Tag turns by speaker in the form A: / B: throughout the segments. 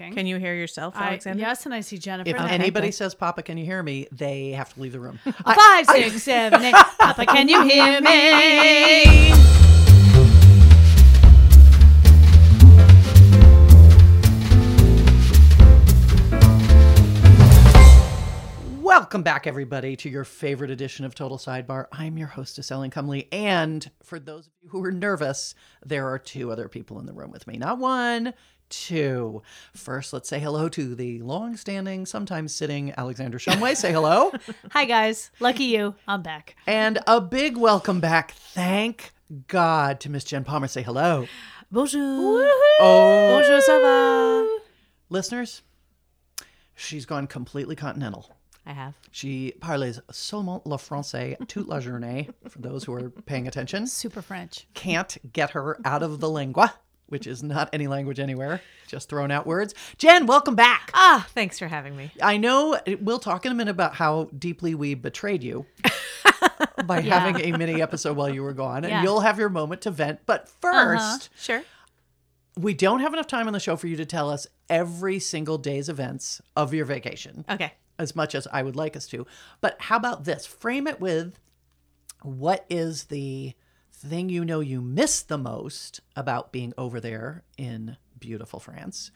A: Can you hear yourself,
B: I,
A: Alexander?
B: yes, and I see Jennifer.
C: If
B: now.
C: anybody says, Papa, can you hear me? They have to leave the room. Uh,
B: Five, six, seven, eight. Papa, can you hear me?
C: Welcome back, everybody, to your favorite edition of Total Sidebar. I'm your hostess, Ellen Cumley. And for those of you who are nervous, there are two other people in the room with me. Not one, two. First, let's say hello to the long-standing, sometimes sitting Alexander Shumway. Say hello.
B: Hi, guys. Lucky you. I'm back.
C: and a big welcome back. Thank God to Miss Jen Palmer. Say hello.
B: Bonjour.
C: Oh,
B: Bonjour, ça va?
C: listeners, she's gone completely continental.
B: I have.
C: She parles seulement le français toute la journée, for those who are paying attention.
B: Super French.
C: Can't get her out of the lingua, which is not any language anywhere, just thrown out words. Jen, welcome back.
A: Ah, thanks for having me.
C: I know we'll talk in a minute about how deeply we betrayed you by having a mini episode while you were gone,
B: Yeah.
C: and you'll have your moment to vent. But 1st
A: Sure.
C: we don't have enough time on the show for you to tell us every single day's events of your vacation.
A: Okay.
C: as much as I would like us to. But how about this? Frame it with what is the thing you know you miss the most about being over there in beautiful France?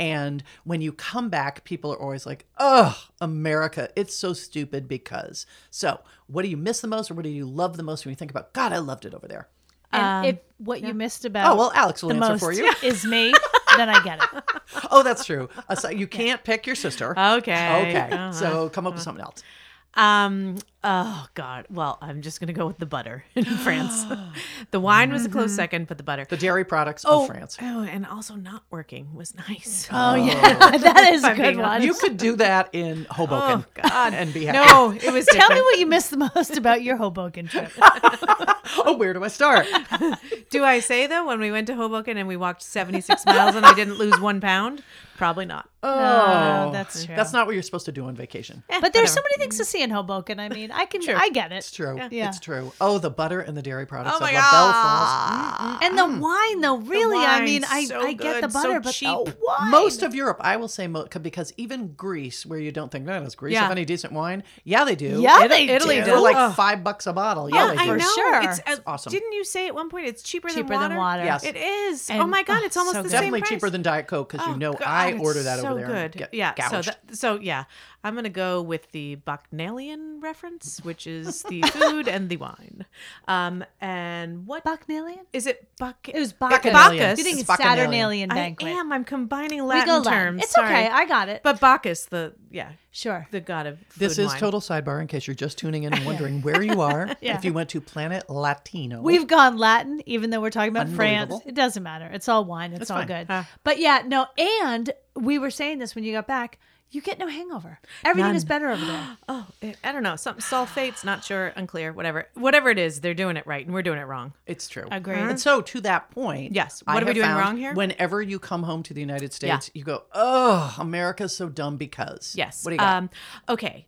C: And when you come back, people are always like, "Ugh, America, it's so stupid because. So, what do you miss the most or what do you love the most when you think about, God, I loved it over there?
B: And if what you missed about
C: Oh, well, Alex will
B: the
C: answer
B: most
C: for you.
B: is me, then I get it.
C: oh, that's true. Aside- you can't pick your sister.
A: Okay.
C: Okay.
A: Uh-huh.
C: So, come up with something else.
A: Um. Oh God. Well, I'm just gonna go with the butter in France. the wine was a close second, but the butter.
C: The dairy products of France.
A: Oh, and also not working was nice.
B: Oh, yeah. that is a
A: I'm
B: good
A: being
B: one.
C: You could do that in Hoboken and be happy.
A: Oh, no, it was.
B: Tell me
A: different.
B: what you missed the most about your Hoboken trip.
C: Oh, where do I start?
A: Do I say though when we went to Hoboken and we walked 76 miles and I didn't lose one pound? Probably not.
B: Oh, that's true.
C: That's not what you're supposed to do on vacation.
A: Eh,
B: But there's so
A: whatever.
B: many things to see in Hoboken. I mean, I can, I get
C: It's
B: it.
C: true.
B: Yeah.
C: It's true. Oh, the butter and the dairy products
A: Oh
C: of
A: my
C: La Belle France.
A: god.
B: And the wine, though, really, I
A: wine,
B: mean, I,
A: so
B: I get the
A: good, so
B: butter, but
A: cheap.
B: the wine.
C: Most of Europe, I will say, mo- because even Greece, where you don't think, no, does Greece have
A: Yeah.
C: any decent wine? Yeah, they do.
B: Yeah,
C: Ita-
B: they
C: Italy
B: do.
C: for like
A: Ugh.
C: five bucks a bottle. Yeah,
A: Yeah,
C: they
A: I
C: do.
A: know.
B: sure.
A: It's, uh,
C: awesome.
A: Didn't you say at one point it's cheaper,
B: cheaper
A: than water?
B: than water.
C: Yes.
A: It is. oh
B: And-
A: my god,
B: oh,
A: it's almost
B: so
A: the
B: good.
A: same
C: Definitely
A: price.
C: cheaper than Diet Coke because
A: Oh,
C: you know
A: God,
C: I
A: it's
C: order that
A: so
C: over there.
A: Good.
C: And get
A: yeah. So
C: gouged.
A: that, so yeah, I'm gonna go with the Bacchanalian reference, which is the food and the wine. Um, and what is
B: Bacchanalian?
A: it? Buck.
B: It was
A: Bacchanalian.
B: Bacchus. You think it's
C: It's Bacchanalian.
B: Saturnalian
A: I
B: banquet.
A: am. I'm combining
B: we
A: Latin
B: go Latin.
A: terms.
B: It's
A: sorry.
B: okay. I got it.
A: But Bacchus, the yeah,
B: sure.
A: the god of food
C: This
A: and
C: is
A: wine.
C: Total Sidebar in case you're just tuning in and wondering where you are. If you went to Planet Latino.
B: We've gone Latin, even though we're talking about France.
C: Unbelievable.
B: It doesn't matter. It's all wine. It's, all
C: fine. Uh.
B: good.
A: Huh.
B: But yeah, no. And we were saying this when you got back. You get no hangover. Everything is
A: None.
B: better over there.
A: Oh, it, I don't know. Something sulfates, not sure, unclear, whatever. Whatever it is, they're doing it right and we're doing it wrong.
C: It's true.
B: Agreed.
C: And so to that point,
A: Yes.
C: I
A: What are we
C: have
A: doing
C: found
A: wrong here?
C: Whenever you come home to the United
A: Yeah.
C: States, you go, "Oh, America's so dumb because."
A: Yes.
C: What do you got?
A: Um, okay.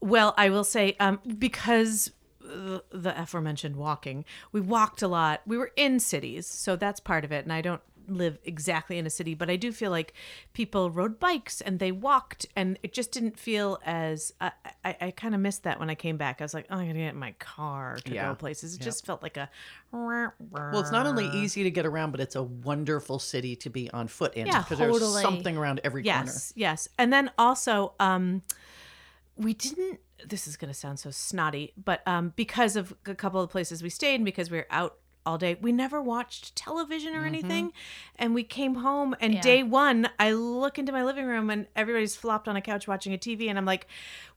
A: Well, I will say um, because the, the aforementioned walking, we walked a lot. We were in cities, so that's part of it. And I don't live exactly in a city, but I do feel like people rode bikes and they walked, and it just didn't feel as. I, I, I kind of missed that when I came back. I was like, oh, I'm going to get in my car to
C: Yeah.
A: go places. It just felt like a. Well,
C: well, it's not
A: uh,
C: only easy to get around, but it's a wonderful city to be on foot in
A: Yeah,
C: because there's
B: totally.
C: something around every corner.
A: Yes, yes. And then also, um, we didn't. This is going to sound so snotty, but um, because of a couple of places we stayed and because we were out all day, we never watched television or
C: Mm-hmm.
A: anything. And we came home, and
B: Yeah.
A: day one, I look into my living room and everybody's flopped on a couch watching a TV, and I'm like,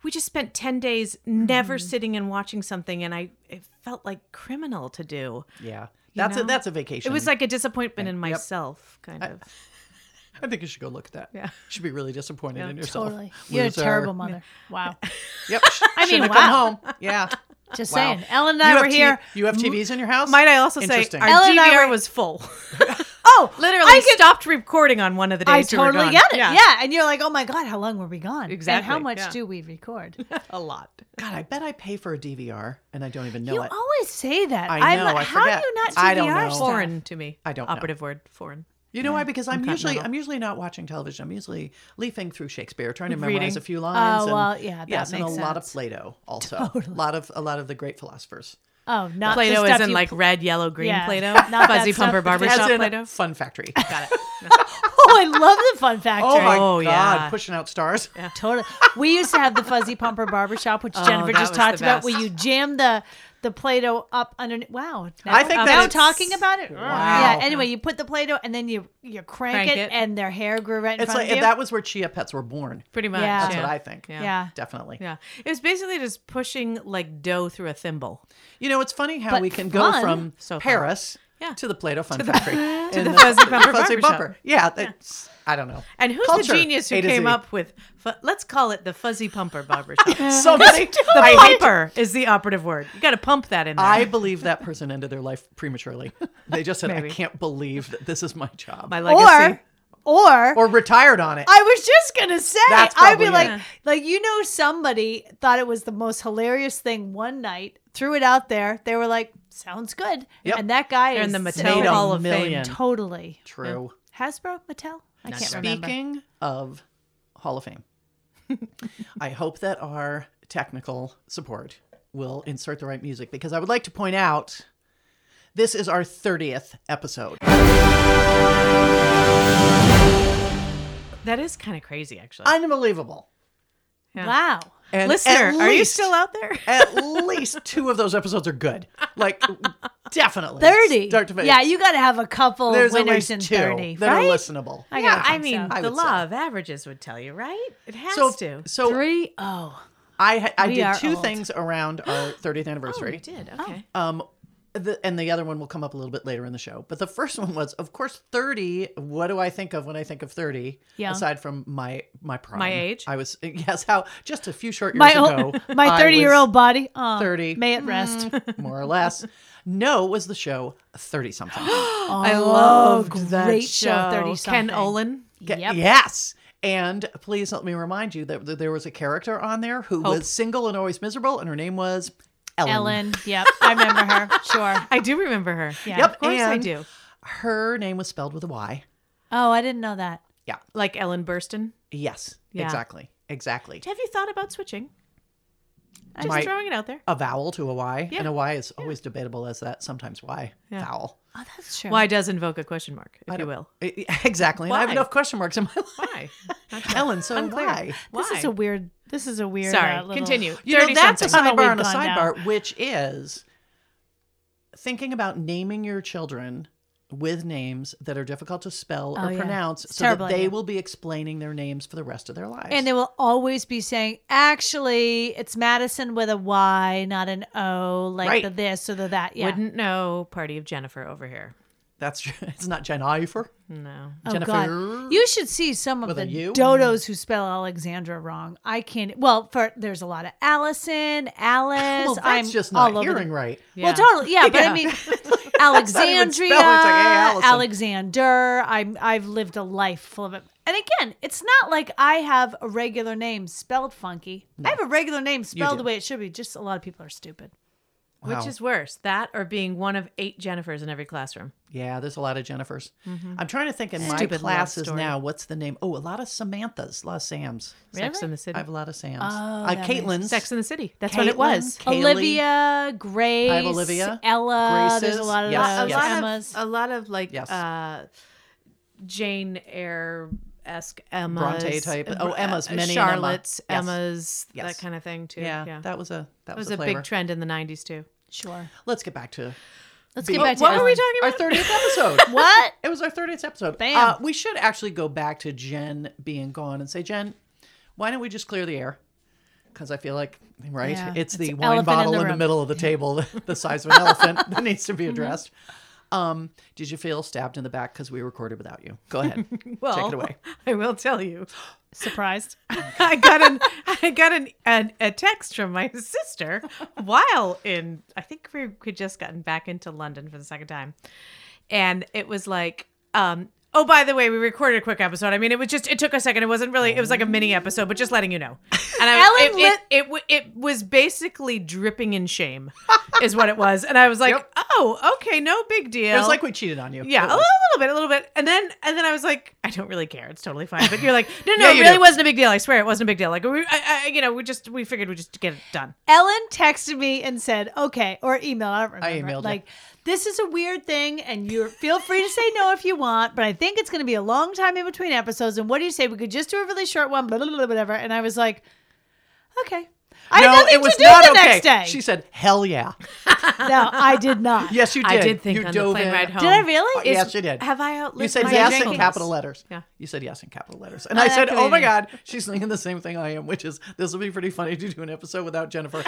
A: we just spent ten days never
C: Mm-hmm.
A: sitting and watching something, and I it felt like criminal to do.
C: Yeah. That's a
A: know?
C: that's a vacation.
A: It was like a disappointment in myself, kind
C: Uh,
A: of.
C: I think you should go look at that.
A: Yeah.
C: You should be really disappointed in yourself.
B: Totally. You're a
C: Loser.
B: terrible mother. Wow.
C: Yep.
B: I mean,
C: Shouldn't have
B: wow.
C: come home. Yeah.
B: Just
C: Wow.
B: saying. Ellen and
C: you
B: I
C: have
B: were
C: T-
B: here.
C: You have TVs in your house?
A: Might I also say
C: Interesting.
A: our
B: Ellen and I
A: DVR
B: were-
A: was full.
B: Oh,
A: literally
B: I could-
A: stopped recording on one of the days.
B: I
A: you were
B: totally
A: gone.
B: get it. Yeah. And you're like, oh my God, how long were we gone? And how
A: Exactly.
B: much
A: Yeah.
B: do we record?
A: a lot.
C: God, I bet I pay for a DVR and I don't even know
B: you
C: it.
B: always say that.
C: I
B: I'm
C: know,
B: like,
C: I
B: how do
C: forget.
B: you not DVR
C: I don't know.
B: stuff?
C: Foreign
A: Foreign to me.
C: I don't know.
B: Uh,
A: operative word foreign.
C: You know why? Because I'm
A: cut
C: usually
A: metal.
C: I'm usually not watching television. I'm usually leafing through Shakespeare, trying to
A: Reading.
C: memorize a few lines.
B: Oh,
C: and,
B: well, yeah, that
C: yes, and a
B: makes
C: lot of
B: sense.
C: Plato also. A lot of a lot of the great philosophers.
B: Oh, not the
A: Play-Doh
B: stuff
A: isn't
B: you
A: like
B: pl-
A: red, yellow, green
B: Yeah.
A: Play-Doh.
B: Not that
A: Fuzzy
B: stuff
A: Pumper
B: that they-
A: Barbershop
C: As in
A: Play-Doh.
C: Fun Factory.
A: Got it.
B: oh, I love the fun factor.
C: Oh my
A: Oh,
C: god,
A: yeah.
C: pushing out stars.
B: Totally. We used to have the fuzzy pumper barbershop, which Jennifer
A: that
B: just
A: was
B: talked
A: the
B: about, where
A: best.
B: you jam the the Play-Doh up underneath. Wow. Now,
C: I think
B: now
C: that's-
B: talking about it.
C: Wow.
B: Yeah. Anyway, you put the Play-Doh and then you you crank,
A: Crank
B: it,
A: it.
B: and their hair grew right in
C: It's
B: front
C: like
B: of you.
C: that was where chia pets were born.
A: Pretty much.
B: Yeah.
A: Yeah.
C: That's what I think.
A: Yeah.
B: yeah.
C: Definitely.
A: Yeah. It was basically just pushing like dough through a thimble.
C: You know, it's funny how
B: But
C: we can
B: fun.
C: go from
A: So fun.
C: Paris
A: Yeah.
C: to the Plato Fun Factory. To
A: the Fuzzy Bumper Barbershop.
C: Yeah, that's I don't know.
A: And who's
C: Culture,
A: the genius who
C: A to
A: came
C: Z.
A: up with, fu- let's call it the fuzzy pumper barbershop.
C: Somebody
A: the
C: I hate to-
A: pumper is the operative word. You got to pump that in there.
C: I believe that person ended their life prematurely. They just said, I
A: Maybe.
C: can't believe that this is my job.
A: My legacy.
B: or or
C: or retired on it.
B: I was just gonna say,
C: That's
B: I'd be
C: probably
B: like,
A: it.
B: like you know, somebody thought it was the most hilarious thing one night, threw it out there. They were like, "Sounds good,"
C: Yep.
B: and that guy
A: They're in
B: is
A: the
B: so-
A: Mattel
C: Made a
A: Hall of
C: million.
A: Fame.
B: totally
C: True.
B: Hasbro Mattel. I can't remember.
C: Speaking of Hall of Fame, I hope that our technical support will insert the right music because I would like to point out this is our 30th episode.
A: That is kind of crazy, actually.
C: Unbelievable.
A: Yeah.
B: Wow.
C: And
A: Listener,
C: at
A: are you
C: least-
A: still out there?
C: at least two of those episodes are good. Like, definitely.
B: 30.
C: Start to finish.
B: Yeah, you got to have a couple
C: There's at
B: winners
C: least
B: in
C: two
B: 30.
C: that
B: right?
C: are listenable.
B: I
A: yeah,
B: gotta
A: I
B: think
A: mean,
B: so.
C: I
A: the
C: would say.
A: law of averages would tell you, right? It has
C: so,
A: to.
C: so
B: Three oh.
C: I ha- I
B: We
C: did
B: are
C: two
B: old.
C: things around our 30th
A: Oh, you
C: anniversary.
A: did. Okay.
C: um, the, and the other one will come up a little bit later in the show. But the first one was, of course, 30. What do I think of when I think of 30?
B: Yeah.
C: Aside from my my prime,
A: age?
C: I was yes. How just a few short years
B: My
C: ago,
B: old, my
C: I
B: 30 year
C: was-
B: old body. Aw,
C: 30.
B: May it
A: Mm,
B: rest.
C: more or less. No, was the show 30 something.
A: I loved that
B: great Oh, show,
A: show.
B: 30 something.
A: Ken Olin.
B: Yep.
C: Yes. And please let me remind you that th- there was a character on there who was single and always miserable, and her name was Ellen.
B: Ellen. Yep. I remember her. Sure.
A: I do remember her.
B: Yeah.
C: Yep.
A: Of course I
C: and
A: do.
C: Her name was spelled with a Y.
B: Oh, I didn't know that.
C: Yeah.
A: Like Ellen Burstyn.
C: Yes.
A: Yeah.
C: Exactly. Exactly.
A: Have you thought about switching? Just
C: Might-
A: throwing it out there.
C: a vowel to a Y,
A: Yeah.
C: and a Y is always debatable as that. Sometimes Y vowel.
B: Oh, that's true.
A: Why does invoke a question mark, if you will?
C: I- I- Exactly. And I have
A: Why?
C: enough question marks in my life.
A: Why?
C: Ellen, so
A: Unclear.
C: why?
A: Why?
B: This is a weird. This is a weird.
A: Sorry.
B: uh, little-
A: Continue.
C: You know,
A: 30
C: that's a
A: something.
B: how we've
C: sidebar on a
B: gone down.
C: sidebar, which is thinking about naming your children with names that are difficult to spell
B: Oh,
C: or
B: yeah.
C: pronounce
B: It's
C: so that
B: terrible
C: they
B: idea.
C: will be explaining their names for the rest of their lives.
B: And they will always be saying, actually, it's Madison with a Y, not an O, like
C: Right.
B: the this or the that. Yeah.
A: Wouldn't know party of Jennifer over here.
C: that's true. It's not Jennifer.
A: No.
B: Oh,
C: Jennifer.
B: God. You should see some of
C: With a
B: the
C: U?
B: dodos who spell Alexandra wrong. I can't. Well, for there's a lot of Allison, Alice.
C: Well, that's
B: I'm
C: just not
B: all over the-
C: hearing right.
A: Yeah.
B: Well, totally. Yeah, but I
A: Yeah.
B: mean,
C: even
B: Alexandria,
C: spelled. It's like, hey, Allison.
B: Alexander. I'm. I've lived a life full of it. And again, it's not like I have a regular name spelled funky. I have a regular name spelled the way it should be. Just a lot of people are stupid.
C: Wow.
A: Which is worse, that or being one of eight Jennifers in every classroom?
C: Yeah, there's a lot of Jennifers.
B: Mm-hmm.
C: I'm trying to think in my
A: Stupid love
C: classes
A: story.
C: now. What's the name? Oh, a lot of Samanthas, a lot of Sams.
A: Sex in the City.
C: I have a lot of Sams.
B: Oh,
C: uh,
B: that makes-
C: Caitlin's.
A: Sex in the City. That's what it
C: Caitlin,
A: was.
C: Kaylee.
B: Olivia, Grace,
C: Olivia.
B: Ella. There's a
C: Graces.
B: lot of
C: Yes,
A: a
B: those
C: yes.
A: lot
B: Emmas.
A: of a lot of like
C: Yes.
A: uh, Jane Eyre esque Emmas, uh,
C: Bronte type- oh, Emmas, many an Emma.
A: Charlotte's
C: Yes.
A: Emmas,
C: Yes.
A: that kind of thing too.
C: Yeah,
A: Yeah,
C: that was a that
A: That was,
C: was,
A: a
C: flavor.
A: big trend in the '90s too.
B: sure.
C: Let's get back to
B: Let's
C: Be-
B: get back to
A: what were we
B: Ellen.
A: talking
C: our
A: about?
C: 30th episode.
B: What?
C: It was our 30th episode.
B: Bam.
C: Uh, we should actually go back to Jen being gone and say, Jen, why don't we just clear the air? Because I feel like, right?
B: Yeah,
C: it's the
B: it's
C: wine
B: elephant in
C: bottle
B: the
C: in the
B: room.
C: middle of the table, the size of an elephant that needs to be addressed. Um, did you feel stabbed in the back because we recorded without you? Go ahead.
A: well,
C: Take it away.
A: Oh. I will tell you.
B: Surprised.
A: I got an I got an, an a text from my sister while in I think we had just gotten back into London for the second time, and it was like, um, Oh, by the way, we recorded a quick episode. I mean, it was just it took a second. It wasn't really. It was like a mini episode, but just letting you know. And I,
B: Ellen
A: it, it-
B: lit-
A: it, w- it was basically dripping in shame, is what it was. And I was like,
C: Yep.
A: oh, okay, no big deal.
C: It was like we cheated on you.
A: Yeah, oh,
C: It
A: a little,
C: was.
A: little bit, a little bit, and then and then I was like, I don't really care. It's totally fine. But you're like, no, no,
C: Yeah,
A: it
C: you
A: really
C: do.
A: wasn't a big deal. I swear, it wasn't a big deal. Like we, I, I, you know, we just we figured we just get it done.
B: Ellen texted me and said, "Okay," or email. I don't remember.
C: emailed her.
B: like, this is a weird thing, and you feel free to say no if you want, but I think it's going to be a long time in between episodes. And what do you say? We could just do a really short one, blah, blah, blah, whatever. And I was like, okay. I had nothing to do the next day.
C: She said, "Hell yeah,
B: no, I did not.
C: yes, you did.
A: I did think
C: you
A: on the
C: dove
A: plane
C: in.
A: ride home.
B: Did I really?
C: Oh, yes, you did.
A: Have I outlived
C: You said
A: my
C: yes in
A: gentleness?
C: capital letters.
A: Yeah.
C: You said yes in capital letters. And I
B: that
C: said,
B: could
C: oh my
B: be.
C: God, she's thinking the same thing I am, which is this will be pretty funny to do an episode without Jennifer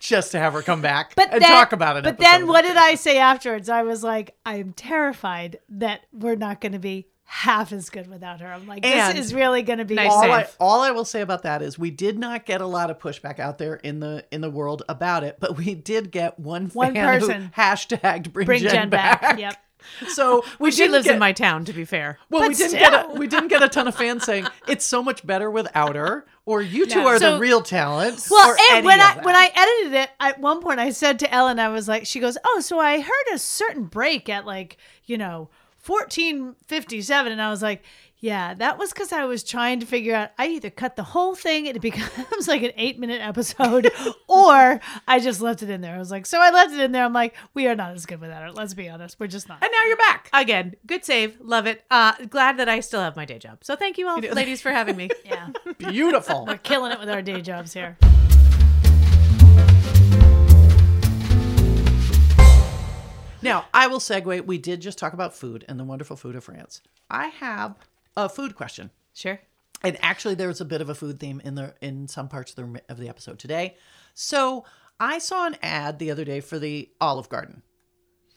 C: just to have her come back
B: but
C: and
B: then-
C: talk about it.
B: But then what did I say afterwards? I was like, I'm terrified that we're not going to be half as good without her. I'm like,
A: And-
B: this is really going to be
A: Nice
B: all
C: all I,
A: Save.
C: all I will say about that is we did not get a lot of pushback out there in the in the world about it, but we did get one,
B: One
C: fan
B: person.
C: who hashtagged bring,
B: bring
C: Jen, back.
B: Yep.
C: So we
A: She
C: didn't
A: lives
C: get,
A: in my town, to be fair.
C: Well, we
B: But
C: didn't get a, we didn't get a ton of fans saying it's so much better without her, or you two
B: No.
C: are
A: So-
C: the real talent.
B: Well,
C: or
B: and
C: any
B: when
C: of
B: I
C: that.
B: when I edited it, at one point I said to Ellen, I was like, she goes, "Oh, so I heard a certain break at like you know fourteen fifty seven, and I was like, yeah, that was because I was trying to figure out. I either cut the whole thing and it becomes like an eight minute episode, or I just left it in there. I was like, so I left it in there. I'm like, we are not as good without her. Let's be honest, we're just not.
A: And now you're back again. Good save, love it. Uh, glad that I still have my day job. So thank you all, ladies, for having me.
B: Yeah,
C: beautiful.
B: we're killing it with our day jobs here.
C: Now, I will segue. We did just talk about food and the wonderful food of France. I have a food question.
A: Sure.
C: And actually there's a bit of a food theme in the in some parts of the of the episode today. So, I saw an ad the other day for the Olive Garden.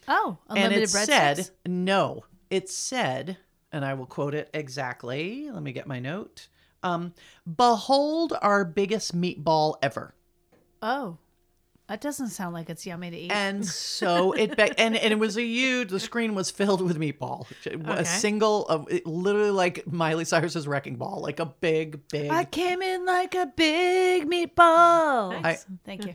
B: Oh,
C: And
B: unlimited
C: it
B: bread
C: said, no, it said, and I will quote it exactly. Let me get my note. Um, behold our biggest meatball ever.
B: Oh, that doesn't sound like it's yummy to eat.
C: And so it be- and and it was a huge. The screen was filled with meatball,
A: Okay.
C: a single of it literally like Miley Cyrus's wrecking ball, like a big, big.
B: I came in like a big meatball.
C: I-
B: Thank you.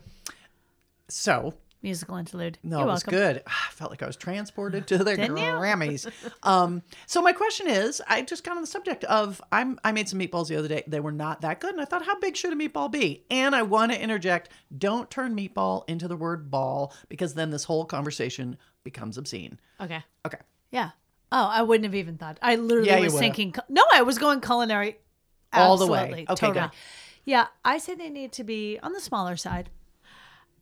C: so
B: Musical interlude.
C: no,
B: You're
C: it was
B: welcome.
C: good. Ah, I felt like I was transported to the
B: Didn't you?
C: Grammys. um, so my question is, I just got on the subject of I'm I made some meatballs the other day. They were not that good, and I thought, how big should a meatball be? And I want to interject: don't turn meatball into the word ball because then this whole conversation becomes obscene.
A: Okay.
C: Okay.
B: Yeah. Oh, I wouldn't have even thought. I literally
C: Yeah, you
B: was
C: would've.
B: thinking. cu- No, I was going culinary.
C: All the way.
B: Absolutely,
C: Okay,
B: totally.
C: good.
B: Yeah, I say they need to be on the smaller side.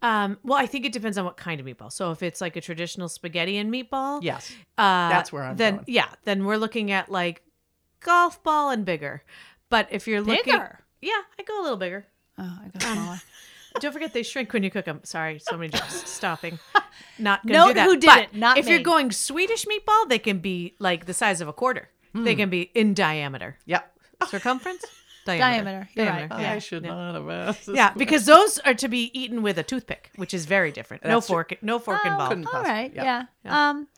A: Um, well, I think it depends on what kind of meatball. So if it's like a traditional spaghetti and meatball,
C: Yes.
A: uh,
C: That's where I'm
A: Then
C: going.
A: yeah, then we're looking at like golf ball and bigger. But if you're looking,
B: Bigger?
A: yeah, I go a little bigger.
B: Oh, I got smaller.
A: Don't forget they shrink when you cook them. Sorry, so many jokes. Stopping. Not gonna
B: Note
A: do that.
B: who did
A: But
B: it, not
A: if you're
B: me.
A: going Swedish meatball, they can be like the size of a quarter.
C: Hmm.
A: They can be in diameter,
C: Yep.
A: circumference, diameter,
B: Diameter, you're right. Oh,
A: yeah.
C: I should not have asked. This
A: Yeah, because those are to be eaten with a toothpick, which is very different. No
C: That's true.
A: fork, no fork involved.
C: couldn't-
B: All
C: possible.
B: right.
C: Yeah.
B: Yeah. Um,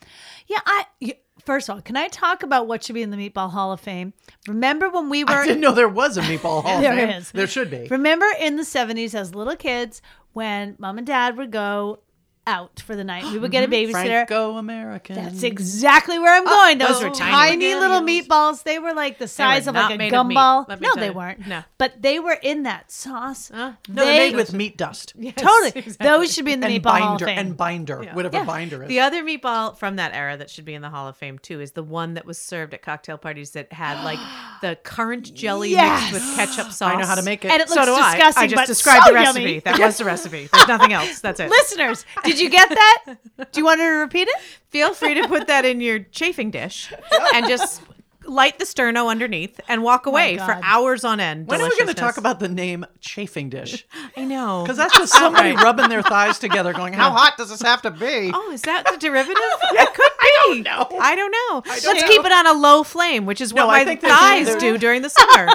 B: yeah. I y- first of all, can I talk about what should be in the Meatball Hall of Fame? Remember when we were?
C: I didn't know there was a meatball hall. of
B: There
C: Fame.
B: is.
C: There should be.
B: Remember in the 70s as little kids when mom and dad would go out for the night? We would get a
A: Mm-hmm.
B: babysitter.
C: Franco American.
B: That's exactly where I'm going.
A: Uh, those
B: Those,
A: were
B: were
A: tiny
B: tiny,
A: little
B: little
A: deals.
B: meatballs. They were like the size of
A: not
B: like a
A: made of meat,
B: gumball.
A: let me
B: No,
A: tell
B: they
A: you.
B: weren't.
A: No. Uh,
B: But they were in that sauce.
A: Huh?
C: No, they're made with meat dust
B: totally.
A: exactly.
B: Those should be in the
C: and
B: meatball hall of
C: binder
B: fame.
C: and binder, whatever
B: Yeah.
C: binder is.
A: The other meatball from that era that should be in the Hall of Fame too is the one that was served at cocktail parties that had like the currant jelly
B: Yes.
A: mixed with ketchup sauce.
C: I know how to make it.
B: And it
A: so
B: looks
A: do
B: disgusting.
A: I. I just
B: but
A: described
B: so
A: the recipe.
B: yummy.
A: That was the recipe. There's nothing else. That's it.
B: Listeners, did you get that? Do you want her to repeat it?
A: Feel free to put that in your chafing dish and just light the sterno underneath and walk away for
B: God.
A: hours on end.
C: when are we going to talk
A: Deliciousness.
C: about the name chafing dish?
A: I know.
C: Because that's just somebody rubbing their thighs together, going, "How hot does this have to be?"
A: Oh, is that the derivative? It could be. I don't
C: know.
A: I don't know. Let's
C: know.
A: keep it on a low flame, which is what
C: No, I
A: my
C: think there's-
A: thighs
C: there's-
A: do during the summer.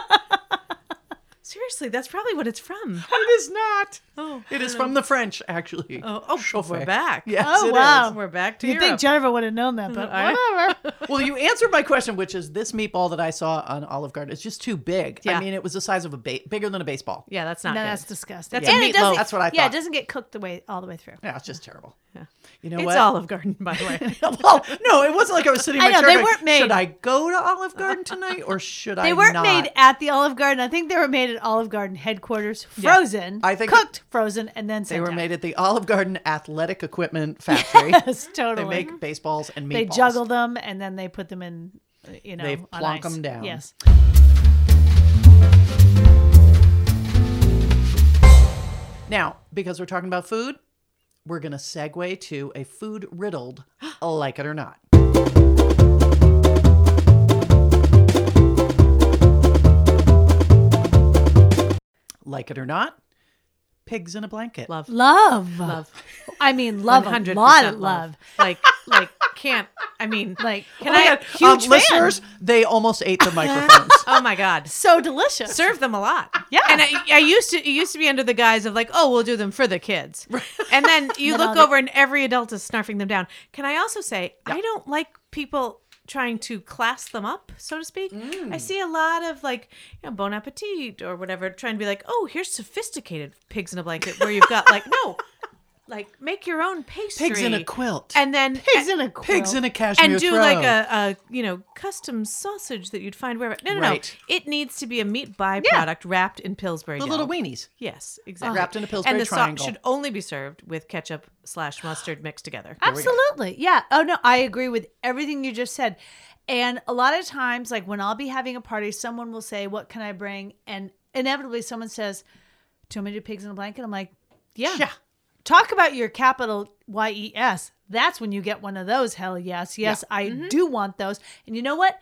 A: Seriously, that's probably what it's from.
C: It is not.
A: Oh.
C: It is from the French, actually.
A: Oh, oh
C: Chauffeur.
A: we're back.
C: Yes,
B: Oh,
C: it
B: wow.
A: We're back to
B: You
A: Europe.
B: think Jennifer would have known that, but
A: I-
B: whatever.
C: is. Well, you answered my question, which is this meatball that I saw on Olive Garden is just too big.
A: Yeah.
C: I mean, it was the size of a ba- bigger than a baseball.
A: yeah, that's not
B: No,
A: good.
B: that's disgusting.
A: That's
B: and
A: a
B: it
A: meatloaf.
B: doesn't.
C: That's what I
B: Yeah, it
C: thought.
B: doesn't get cooked the way all the way through.
C: Yeah, it's just terrible.
A: Yeah.
C: You know
A: it's
C: what?
A: Olive Garden, by the way.
C: well, no, it wasn't like I was sitting. in
B: I
C: my
B: know,
C: chair
B: they
C: going,
B: weren't made-
C: Should I go to Olive Garden tonight or should I?
B: They weren't
C: not?
B: made at the Olive Garden. I think they were made at Olive Garden headquarters, frozen,
C: I think-
B: cooked, frozen, and then
C: They
B: sent
C: were
B: out.
C: made at the Olive Garden Athletic Equipment Factory.
B: Yes,
C: They
B: totally.
C: make baseballs and meatballs.
B: They juggle them and then they put them in. uh, You know,
C: They
B: on
C: plonk
B: ice.
C: 'em down.
B: Yes.
C: Now, because we're talking about food, we're going to segue to a food riddled, like it or not. Like it or not, pigs in a blanket.
A: Love.
B: Love.
A: Love.
B: I mean, love. A
A: 100%
B: lot of love.
A: Like, like, can't. I mean,
B: Like,
A: can
B: oh my
A: I?
B: God.
C: Um,
B: Huge fan.
C: listeners, they almost ate the microphones.
A: Oh my God.
B: So delicious.
A: Serve them a lot.
B: Yeah.
A: And I, I used to it used to be under the guise of like, oh, we'll do them for the kids. And then you
B: Then
A: look
B: I'll-
A: over and every adult is snarfing them down. Can I also say I don't like people trying to class them up, so to speak.
B: Mm.
A: I see a lot of like, you know, bon appetit or whatever, trying to be like, oh, here's sophisticated pigs in a blanket where you've got like, no, like make your own pastry.
C: pigs in a quilt.
A: And then
B: Pigs in a quilt.
C: pigs in a cashmere
A: and do
C: throw.
A: like a, a you know custom sausage that you'd find wherever. No, no,
C: Right.
A: no. It needs to be a meat byproduct wrapped in Pillsbury.
C: the
A: dough.
C: little weenies.
A: Yes, exactly.
C: Wrapped in a Pillsbury
A: and the
C: triangle.
A: should only be served with ketchup slash mustard mixed together.
B: Absolutely. Yeah. Oh, no, I agree with everything you just said. And a lot of times, like when I'll be having a party, someone will say, What can I bring? And inevitably, someone says, Do you want me to do pigs in a blanket? I'm like, Yeah.
C: Yeah.
B: Talk about your capital Y E S. That's when you get one of those. Hell yes. Yes, I
A: Mm-hmm.
B: do want those. And you know what?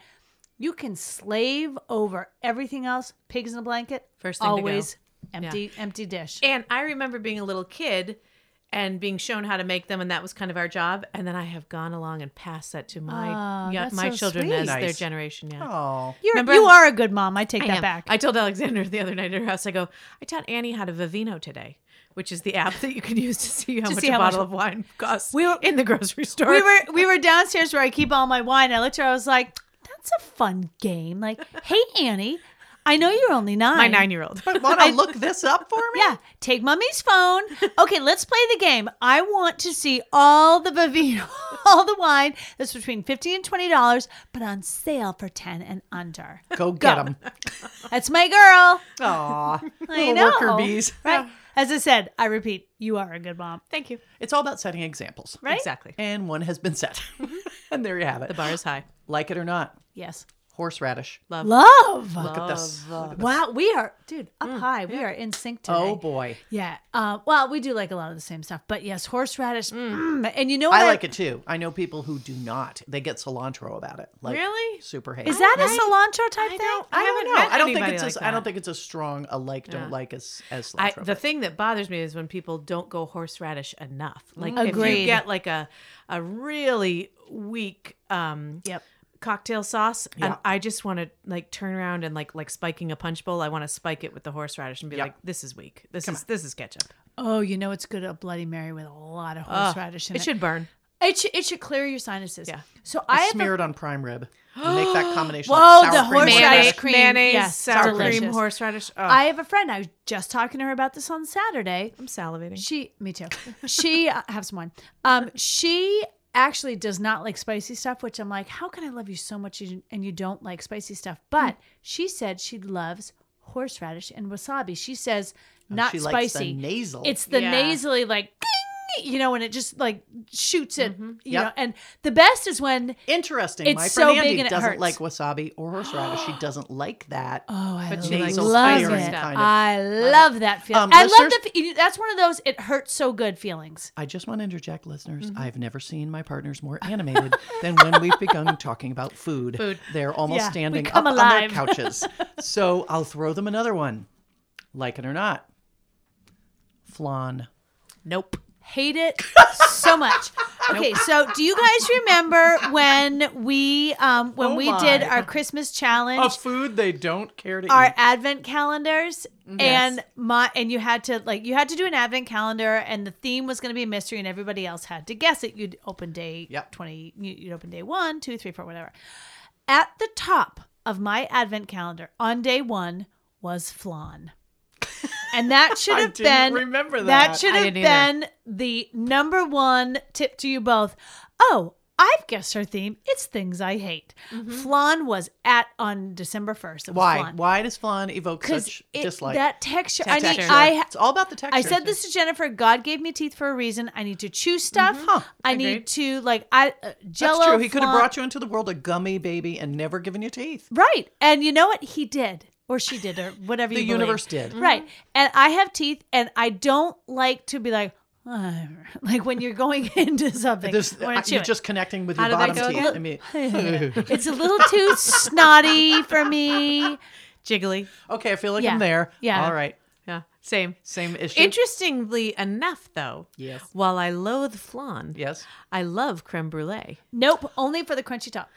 B: You can slave over everything else. Pigs in a blanket.
A: First thing to go.
B: always empty, empty dish.
A: And I remember being a little kid and being shown how to make them, and that was kind of our job. And then I have gone along and passed that to my
B: Ah,
A: yeah,
B: that's
A: my
B: so
A: children
B: sweet.
A: as their
C: Nice.
A: generation. Yeah.
C: Oh,
B: You're,
A: Remember-
B: you are a good mom. I take
A: I
B: that
A: am.
B: back.
A: I told Alexander the other night at her house, I go, I taught Annie how to Vivino today, which is the app that you can use to see how
B: To
A: much
B: see
A: a
B: how much-
A: bottle of wine costs
B: We were-
A: in the grocery store.
B: we were we were downstairs where I keep all my wine. I looked at her. I was like, "That's a fun game." Like, "Hey, Annie, I know you're only nine.
A: my nine year old.
C: want to look this up for me?
B: Yeah, take mommy's phone. Okay, let's play the game. I want to see all the Vivino, all the wine that's between fifteen and twenty dollars, but on sale for ten and under.
C: Go get them.
B: That's my girl.
C: Aw,
B: I
C: little
B: know.
C: worker bees.
B: Right? As I said, I repeat, you are a good mom.
A: Thank you.
C: It's all about setting examples.
B: Right?
A: Exactly.
C: And one has been set. and there you have it.
A: The bar is high.
C: Like it or not,
B: Yes.
C: horseradish.
A: Love.
B: Love.
C: Look at this.
B: Wow, we are, dude, up high. We are in sync today.
C: Mm, Oh boy.
B: Yeah. Uh, well, we do like a lot of the same stuff, but yes, horseradish. Mm. And you know what?
C: I like it too. I know people who do not. They get cilantro about it. Like
A: Really?
C: super hate.
B: Is that a
A: Right?
B: cilantro type
A: I
B: thing?
A: don't-
C: I
A: haven't
C: don't know.
A: met
C: I don't think
A: anybody
C: it's as
A: like
C: I
A: that.
C: don't think it's as strong a like don't
A: Yeah.
C: like as as cilantro.
A: I,
C: but
A: the thing that bothers me is when people don't go horseradish enough. Like if
B: Agreed.
A: you get like a a really weak um
B: Yep.
A: cocktail sauce and
C: Yeah.
A: I just want to like turn around and like like spiking a punch bowl. I want to spike it with the horseradish and be
C: Yeah.
A: like, this is weak. This is this is ketchup.
B: Oh, you know it's good a Bloody Mary with a lot of horseradish in it.
A: It should burn.
B: It should, it should clear your sinuses.
A: Yeah.
B: So I have
C: smear it on prime rib. And make that combination.
B: Whoa,
C: of sour
B: the
C: cream on
B: horseradish
C: top.
A: Mayonnaise,
B: cream.
A: mayonnaise,
B: Yes,
A: sour
B: delicious.
A: cream, horseradish. Oh,
B: I have a friend. I was just talking to her about this on Saturday.
A: I'm salivating.
B: She, me too. She I have some wine. Um, she actually does not like spicy stuff, which I'm like, how can I love you so much and and you don't like spicy stuff? But she said she loves horseradish and wasabi. She says not
C: Oh, she
B: spicy.
C: likes the nasal.
B: It's the
A: Yeah.
B: nasally like, "Ding," you know, and it just like shoots it, you
C: Yep.
B: know. And the best is when
C: interesting.
B: it's
C: My
B: so
C: friend
B: big
C: Andy
B: and it
C: doesn't
B: hurts.
C: like wasabi or horseradish. she doesn't like that.
B: Oh, I
A: she likes
B: love it.
A: spicy stuff.
C: kind of.
B: I love that feeling.
C: Um,
B: I love
C: listeners-
B: the. fe- That's one of those. It hurts so good feelings.
C: I just want to interject, listeners.
B: Mm-hmm.
C: I've never seen my partners more animated than when we've begun talking about food.
A: Food.
C: They're almost
B: Yeah, we
C: standing up
B: come
C: on their
B: alive.
C: couches. so I'll throw them another one, like it or not. Flan.
A: Nope.
B: hate it so much. Okay, so do you guys remember when we um when
C: Oh
B: we did
C: my.
B: our Christmas challenge?
C: Of food they don't care to
B: our
C: eat.
B: advent calendars
A: Mm-hmm.
B: and my and you had to like you had to do an advent calendar and the theme was going to be a mystery and everybody else had to guess it you'd open day
C: Yep.
B: 20 you- you'd open day one two three four whatever at the top of my advent calendar on day one was flan and that should
C: I
B: have been
C: didn't remember that.
B: should
A: I
B: have
A: didn't either.
B: been the number one tip to you both oh i've guessed her theme it's things i hate flan was at on december 1st It was
C: Mm-hmm. Why?
B: flan.
C: Why does flan evoke
B: Because
C: such dislike?
B: that texture. I need.
A: Texture.
B: I ha-
C: it's all about the texture.
B: I said this to Jennifer. God gave me teeth for a reason. I need to chew stuff. I need
A: Agreed.
B: to like I uh,
C: Mm-hmm. That's
B: Jello.
C: true. He could have
B: flan-
C: brought you into the world a gummy baby and never given you teeth.
B: right, and you know what he did. Or she did, or whatever
C: The
B: you
C: universe
B: believe.
C: did.
B: right?
A: Mm-hmm.
B: And I have teeth, and I don't like to be like, "Ugh," like when you're going into something.
C: This,
B: I wanna chew
C: you're
B: it.
C: just connecting with your
A: did that
C: bottom
A: go
C: teeth.
A: again?
C: I mean,
B: it's a little too snotty for me.
A: Jiggly.
C: okay, I feel like
B: Yeah.
C: I'm there.
B: Yeah.
C: All right.
A: Yeah. Same.
C: Same issue.
A: Interestingly enough, though,
C: Yes.
A: while I loathe flan,
C: Yes.
A: I love creme brulee.
B: Nope, only for the crunchy top.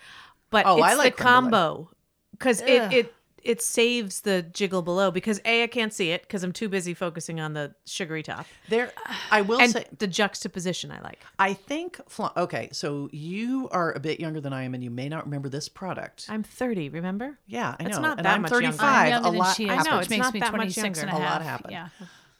A: But
C: Oh,
A: it's
C: I like
A: the
C: creme brulee.
A: combo because
B: Ugh.
A: it it it saves the jiggle below because a I can't see it because I'm too busy focusing on the sugary top
C: There, I will
A: and
C: say,
A: the juxtaposition I like.
C: I think flan. Okay, so you are a bit younger than I am, and you may not remember this product.
A: I'm 30. Remember?
C: yeah, I know.
A: It's not
C: and
A: that
C: I'm
A: much younger.
C: 35.
B: younger
C: a
B: than
C: lot.
B: she is,
C: happened.
A: I know,
B: which
A: it's
B: makes
A: not
B: me
A: that much
B: 26 and
A: younger.
C: A lot
B: half.
C: happened.
B: Yeah.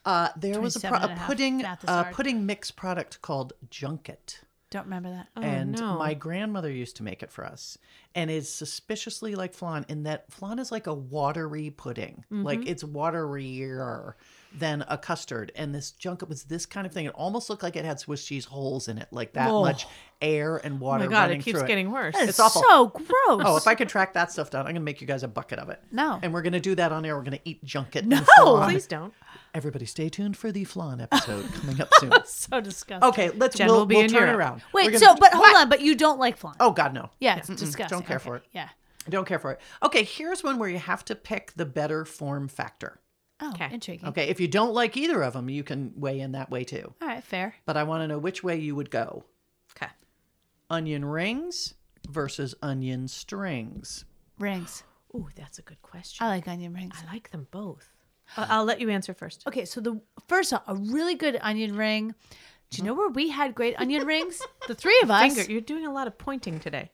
C: Uh, there was a, pro-
B: 27 and
C: a
B: a half.
C: pudding,
B: Math is
C: a
B: hard.
C: pudding mix product called junket.
B: Don't remember that.
C: and
A: Oh, no.
C: my grandmother used to make it for us and it's suspiciously like flan in that flan is like a watery pudding
A: Mm-hmm.
C: like it's waterier than a custard and this junket was this kind of thing it almost looked like it had swiss cheese holes in it like that
A: Whoa.
C: much air and
A: Oh
C: water
A: my god,
C: running
A: it keeps
C: through
A: getting worse.
C: it's awful
B: So gross.
C: oh if i could track that stuff down i'm gonna make you guys a bucket of it
B: No.
C: and we're gonna do that on air we're gonna eat junket no
A: Please don't.
C: everybody stay tuned for the flan episode coming up soon
B: so disgusting.
C: okay let's
A: Jen
C: we'll,
A: will be
C: we'll
A: in
C: turn it
A: Europe.
C: around Oh, We're
B: Wait,
C: gonna-
B: so but hold on, but you don't like flan.
C: oh god no
B: yeah, it's disgusting.
C: don't care
B: Okay,
C: for it.
B: Yeah.
C: I don't care for it. Okay, here's one where you have to pick the better form factor.
B: Oh,
A: Okay.
B: intriguing.
C: Okay, if you don't like either of them, you can weigh in that way too.
B: All right, fair.
C: But I want to know which way you would go
A: Okay.
C: onion rings versus onion strings.
B: Rings.
A: Ooh, that's a good question.
B: I like onion rings.
A: I like them both. I- I'll let you answer first.
B: Okay, so the first off, a really good onion ring. Do you
C: Mm-hmm.
B: know where we had great onion rings? The three of us.
A: Finger, you're doing a lot of pointing today.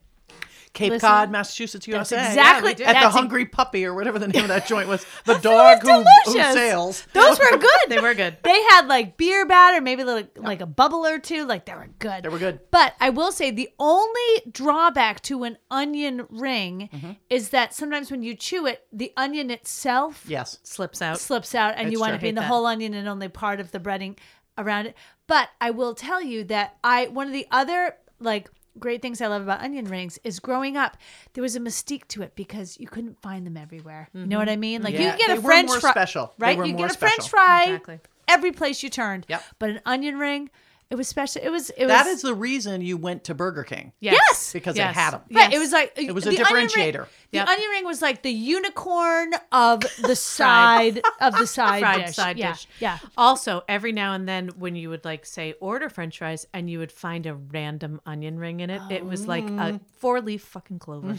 C: Cape
B: Listen,
C: Cod, Massachusetts, USA.
B: exactly-
C: at the
B: that's-
C: Hungry Puppy or whatever the name of that joint was. The dog who, who
B: delicious.
C: sails.
B: Those were good.
A: They were good.
B: They had like beer batter, maybe like, like a bubble or two. Like they were good.
C: They were good.
B: But I will say the only drawback to an onion ring
C: Mm-hmm.
B: is that sometimes when you chew it, the onion itself
C: Yes.
A: Slips out.
B: slips out and you
C: It's
B: wind
C: true.
B: up being
A: Hate
B: the
A: that.
B: whole onion and only part of the breading around it. But I will tell you that I one of the other like great things I love about onion rings is growing up there was a mystique to it because you couldn't find them everywhere. You know what I mean? Like you
C: Mm-hmm. Yeah,
B: could get
C: they
B: a
C: were
B: French
C: more
B: fry,
C: special. They
B: right?
C: were
B: You
C: more
B: get a French
C: special.
B: fry
A: Exactly.
B: every place you turned.
C: Yep.
B: But an onion ring, it was special. It was it
C: That
B: was
C: is the reason you went to Burger King.
A: Yes.
B: Yes.
C: Because
A: Yes.
C: they had them.
B: Right.
A: Yes.
B: It was like
C: It was a
B: the onion ring-
C: differentiator.
B: the
A: Yep.
B: onion ring was like the unicorn of the side of the side
A: fried
B: dish.
A: side
B: yeah.
A: dish.
B: Yeah.
A: Also, every now and then, when you would like say order French fries and you would find a random onion ring in it, it was like
B: Oh.
A: a four leaf fucking clover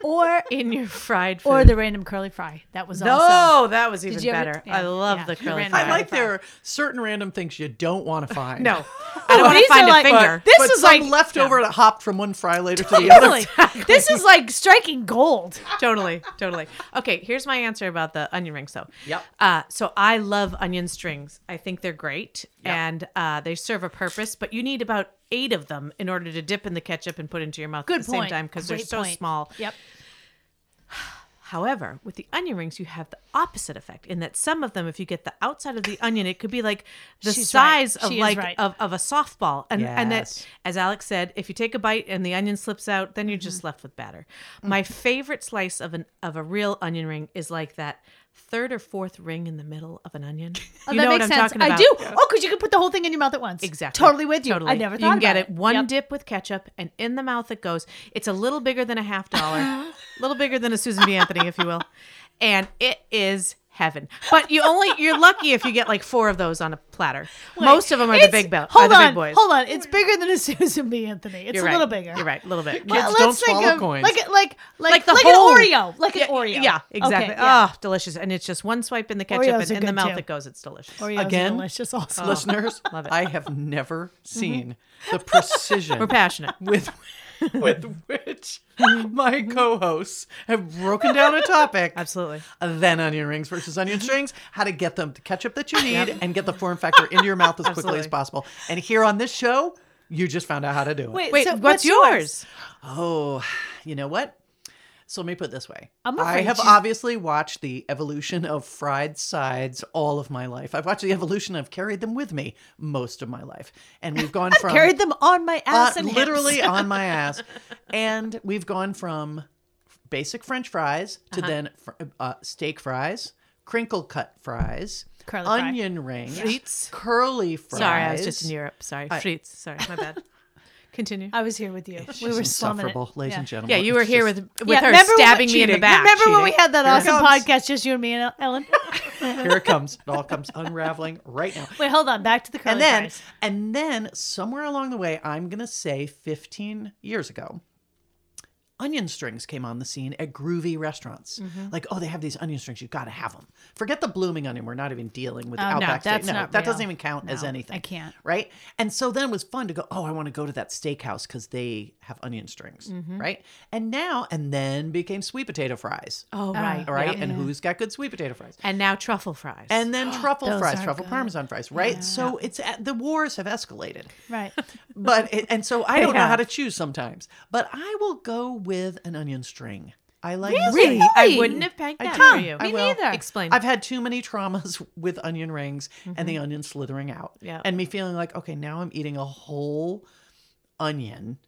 B: Or
A: in your fried food.
B: Mm. or the random curly fry. That was also
A: no, that was even
B: you ever-
A: better. I
B: yeah,
A: love
B: yeah.
A: the curly
B: Random
A: fry.
C: I like there are certain random things you don't want to find.
A: No, I don't want
B: Oh, these
A: to find
B: are
A: a
B: like-
A: finger.
B: This
C: but
B: is
C: some
B: like-
C: leftover to hop from one fry later to the other.
B: Totally. This is like striking gold.
A: totally, totally. Okay, here's my answer about the onion rings, though.
C: Yep.
A: Uh, so I love onion strings. I think they're great, and uh, they serve a purpose. But you need about eight of them in order to dip in the ketchup and put into your mouth
B: Good
A: at the
B: point.
A: same time because they're
B: Great
A: so
B: point.
A: small.
B: Yep.
A: However, with the onion rings, you have the opposite effect in that some of them, if you get the outside of the onion, it could be like the
B: She's
A: size
B: right.
A: of
B: She is
A: like
B: right.
A: of, of a softball. And and that
C: Yes.
A: as Alex said, if you take a bite and the onion slips out, then you're
B: Mm-hmm.
A: just left with batter. My favorite slice of an of a real onion ring is like that third or fourth ring in the middle of an onion.
B: Oh,
A: you
B: that makes
A: know what I'm
B: sense.
A: talking about.
B: I do. Oh, because you can put the whole thing in your mouth at once.
A: Exactly.
B: Totally with you.
A: Totally.
B: I never thought
A: You can get
B: about
A: it one
B: Yep.
A: dip with ketchup, and in the mouth it goes. It's a little bigger than a half dollar, a little bigger than a Susan B. Anthony, if you will, and it is heaven. But you only you're lucky if you get like four of those on a platter. Most of them are the
B: It's-
A: big bell,
B: Hold
A: are the
B: on,
A: big boys.
B: hold on. It's bigger than a Susan B. Anthony. It's
A: You're
B: a
A: right.
B: little bigger.
A: You're right, a little bit.
B: Well,
D: Kids
B: let's
D: don't swallow
B: think of,
D: coins.
B: Like, a- like, like,
A: Like
B: like,
A: the
B: an
A: whole-
B: Oreo. Like an Oreo.
A: Yeah, exactly.
B: Okay, yeah.
A: Oh, delicious. And it's just one swipe in the ketchup
B: Oreos
A: and
B: are
A: in the
B: good,
A: mouth
B: too.
A: it goes. It's delicious.
B: Oreos
C: Again?
B: Again, delicious also.
A: Uh,
C: Listeners,
A: Oh, love it. Mm-hmm.
C: I have never seen the precision
A: We're passionate.
C: with with which my
A: Mm-hmm.
C: co-hosts have broken down a topic.
A: Absolutely.
C: Then onion rings versus
A: Mm-hmm.
C: onion strings, how to get them the ketchup that you need and get the form factor into your mouth as quickly as
A: Absolutely.
C: possible. And here on this show, you just found out how to do it.
A: Wait,
B: so
A: what's, yours?
C: Oh, you know what? So let me put it this way.
B: I'm
C: I
B: afraid
C: have
B: she's-
C: obviously watched the evolution of fried sides all of my life. I've watched the evolution. I've carried them with me most of my life, and we've gone from
B: Carried them on my ass
C: uh,
B: and hips.
C: literally on my ass. And we've gone from basic French fries to
B: Uh-huh.
C: then fr- uh, steak fries, crinkle cut fries,
B: Curly fry.
C: onion rings,
A: Frites.
C: curly fries.
A: Sorry, I was just in Europe. Sorry, Fritz. Sorry, my bad. Continue.
B: I was here with you. We
C: It's
B: were slumming it.
C: insufferable, ladies
B: Yeah.
C: and gentlemen.
A: yeah, you were
C: It's
A: here
C: just-
A: with with
B: Yeah,
A: her
B: remember when-
A: stabbing me in the
C: cheating.
A: back.
B: Remember when we
A: Cheating.
B: had that awesome
C: comes.
B: podcast, just you and me and Ellen?
C: Here it comes. It all comes unraveling right now.
B: Wait, hold on. Back to the curly
C: and then
B: fries.
C: and then somewhere along the way i'm going to say 15 years ago onion strings came on the scene at groovy restaurants
B: Mm-hmm.
C: like oh they have these onion strings you got to have them forget the blooming onion we're not even dealing with
B: Oh, no,
C: outback steak.
B: that's not
C: that
B: real.
C: doesn't even count as
B: No,
C: anything
B: I can't.
C: right and so then it was fun to go oh i want to go to that steakhouse because they have onion strings
B: Mm-hmm.
C: right and now and then became sweet potato fries
A: Oh right,
C: all right and who's got good sweet potato fries
A: And now truffle fries.
C: and then truffle
B: Those
C: fries,
B: are
C: truffle
B: good.
C: parmesan fries, right? So it's at, the wars have escalated,
B: Right.
C: but it, and so I don't know how
A: have.
C: to choose sometimes. But I will go with an onion string. I like
A: really, I
B: Really?
A: wouldn't have pegged
C: I
A: that
C: do.
A: for you.
C: I will.
A: Explain.
C: I've had too many traumas with onion rings and the onion slithering out,
A: Yeah.
C: and me feeling like okay, now I'm eating a whole onion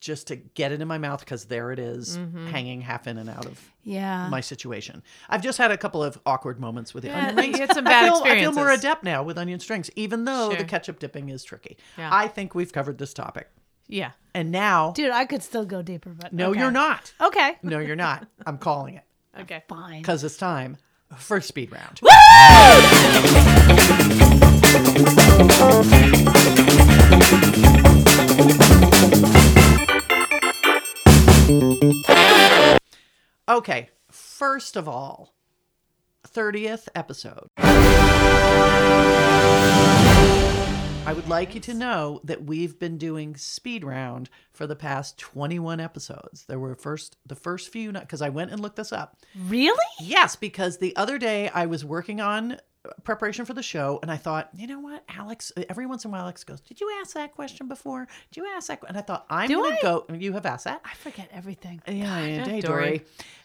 C: just to get it in my mouth because there it is, hanging half in and out of
A: Uh-huh.
B: Yeah.
C: my situation. I've just had a couple of awkward moments with the onion
A: you
C: rings.
A: had some
C: I
A: bad
C: feel- I feel more
A: experiences.
C: adept now with onion strings, even though the
A: Sure.
C: ketchup dipping is tricky.
A: Yeah.
C: I think we've covered this topic.
A: yeah.
C: And now,
B: Dude, I could still go deeper, but
C: no,
B: okay.
C: you're not.
B: Okay.
C: No, you're not. I'm calling it
A: Okay.
B: Fine.
C: because it's time for speed round. Okay, first of all, 30th episode. I would like you to know that we've been doing speed round for the past 21 episodes. There were first the first few because I went and looked this up.
B: Really?
C: Yes, because the other day I was working on uh, preparation for the show and I thought, you know what, Alex, uh, every once in a while Alex goes, Did you ask that question before? Did you ask that? que-" And I thought, I'm
B: Do
C: going to
B: I?
C: go. You have asked that.
B: I forget everything.
C: Yeah, yeah, day,
A: Dory.
C: Dory.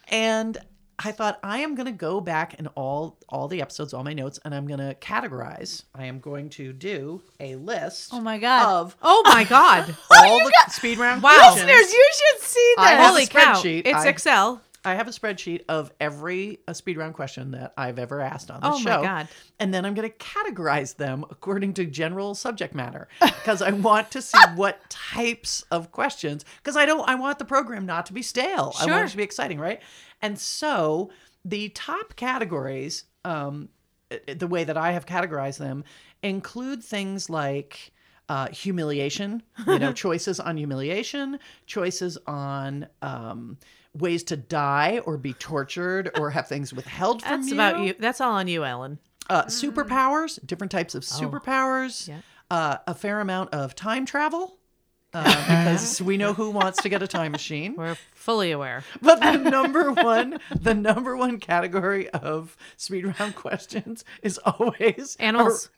C: And I thought I am going to go back and all all the episodes, all my notes, and I'm going to categorize. I am going to do a list.
B: Oh my God.
C: Of
A: Oh my God.
C: all the speed round
A: Wow.
C: questions.
B: Listeners, you should see
C: I
B: this.
C: have
A: Holy
C: a
A: cow!
C: spreadsheet.
A: It's
C: I-
A: Excel.
C: I have a spreadsheet of every uh speed round question that I've ever asked on the
A: Oh my
C: show.
A: God.
C: And then I'm going to categorize them according to general subject matter because I want to see what types of questions because I don't I want the program not to be stale. I want
A: Sure.
C: it to be exciting, right? And so the top categories um i- i- the way that I have categorized them include things like uh, humiliation, you know, choices on humiliation, choices on um, ways to die or be tortured or have things withheld from
A: That's
C: you.
A: about you. That's all on you, Ellen.
C: Uh, superpowers, different types of superpowers,
A: Oh, Yeah.
C: uh, a fair amount of time travel. Uh, because we know who wants to get a time machine
A: We're fully aware.
C: but the number one the number one category of speed round questions is always
A: Animals.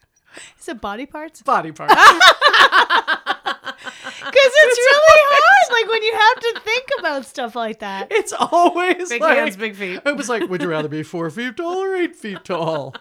B: Is it body parts?
C: or body parts
B: Because it's really hard. Like when you have to think about stuff like that.
C: It's always
A: Big
C: like,
A: hands, big feet.
C: It was like, would you rather be four feet tall or eight feet tall?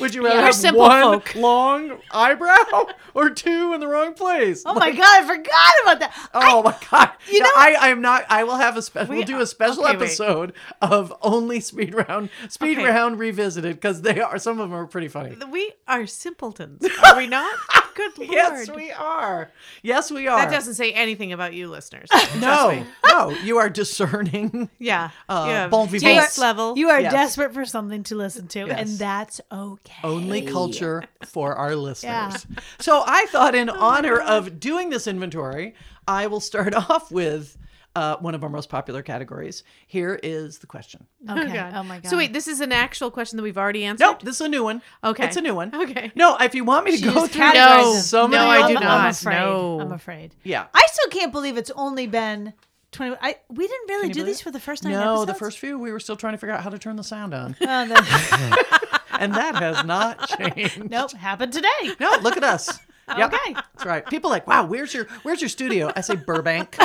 C: Would you rather
A: We're
C: have
A: simple
C: one
A: folk.
C: long eyebrow or two in the wrong place?
B: Oh my God, I forgot about that.
C: Oh my god! You
B: know-
C: I, I am not. I will have a special. We'll
A: We-
C: do a special
A: okay, wait.
C: episode of only speed round, speed
A: Okay.
C: round revisited because they are some of them are pretty funny.
A: We are simpletons, are we not?
B: Good lord.
C: Yes, we are. Yes, we are.
A: That doesn't say anything about you, listeners.
C: no, no, you are discerning.
A: Yeah,
C: Uh,
A: yeah.
C: bon vivant.
A: taste level.
B: You are
C: Yes.
B: desperate for something to listen to, and
C: Yes.
B: that's okay.
C: Only culture for our listeners. So I thought,
A: Oh
C: in honor of doing this inventory, I will start off with uh, one of our most popular categories. Here is the question.
B: Okay. Oh my god.
A: So wait, this is an actual question that we've already answered.
C: Nope, this is a new one.
A: Okay.
C: It's a new one.
A: Okay.
C: No, if you want me to
B: She
C: go
B: just
C: through
B: categorizes them.
C: so many
A: No, I
C: of
A: do
C: them-
A: not.
B: I'm afraid.
A: No.
B: I'm afraid.
C: Yeah.
B: I still can't believe it's only been 20. I we didn't really do
C: believe
B: these
C: it?
B: for the first nine
C: No,
B: episodes.
C: the first few we were still trying to figure out how to turn the sound on,
B: Oh, the-
C: and that has not changed.
B: nope, happened today.
C: No, look at us. Yep.
B: Okay.
C: That's right. People are like, wow, where's your where's your studio? I say Burbank.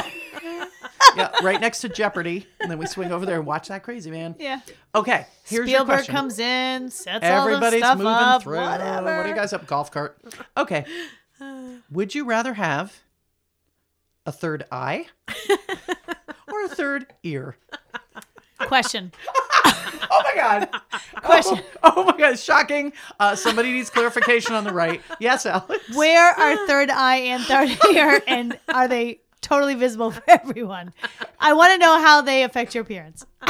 C: yeah, right next to Jeopardy. And then we swing over there and watch that crazy man.
B: Yeah.
C: Okay. Here's your
B: Spielberg
C: question.
B: comes in, sets
C: Everybody's
B: all the stuff
C: moving
B: up.
C: through.
B: Whatever.
C: What are you guys up? Golf cart. Okay. Would you rather have a third eye or a third ear?
B: Question.
C: Oh my god. Question. Oh, my god, shocking. Uh, somebody needs clarification on the right. Yes, Alex.
B: Where are third eye and third ear, and are they totally visible for everyone? I want to know how they affect your appearance.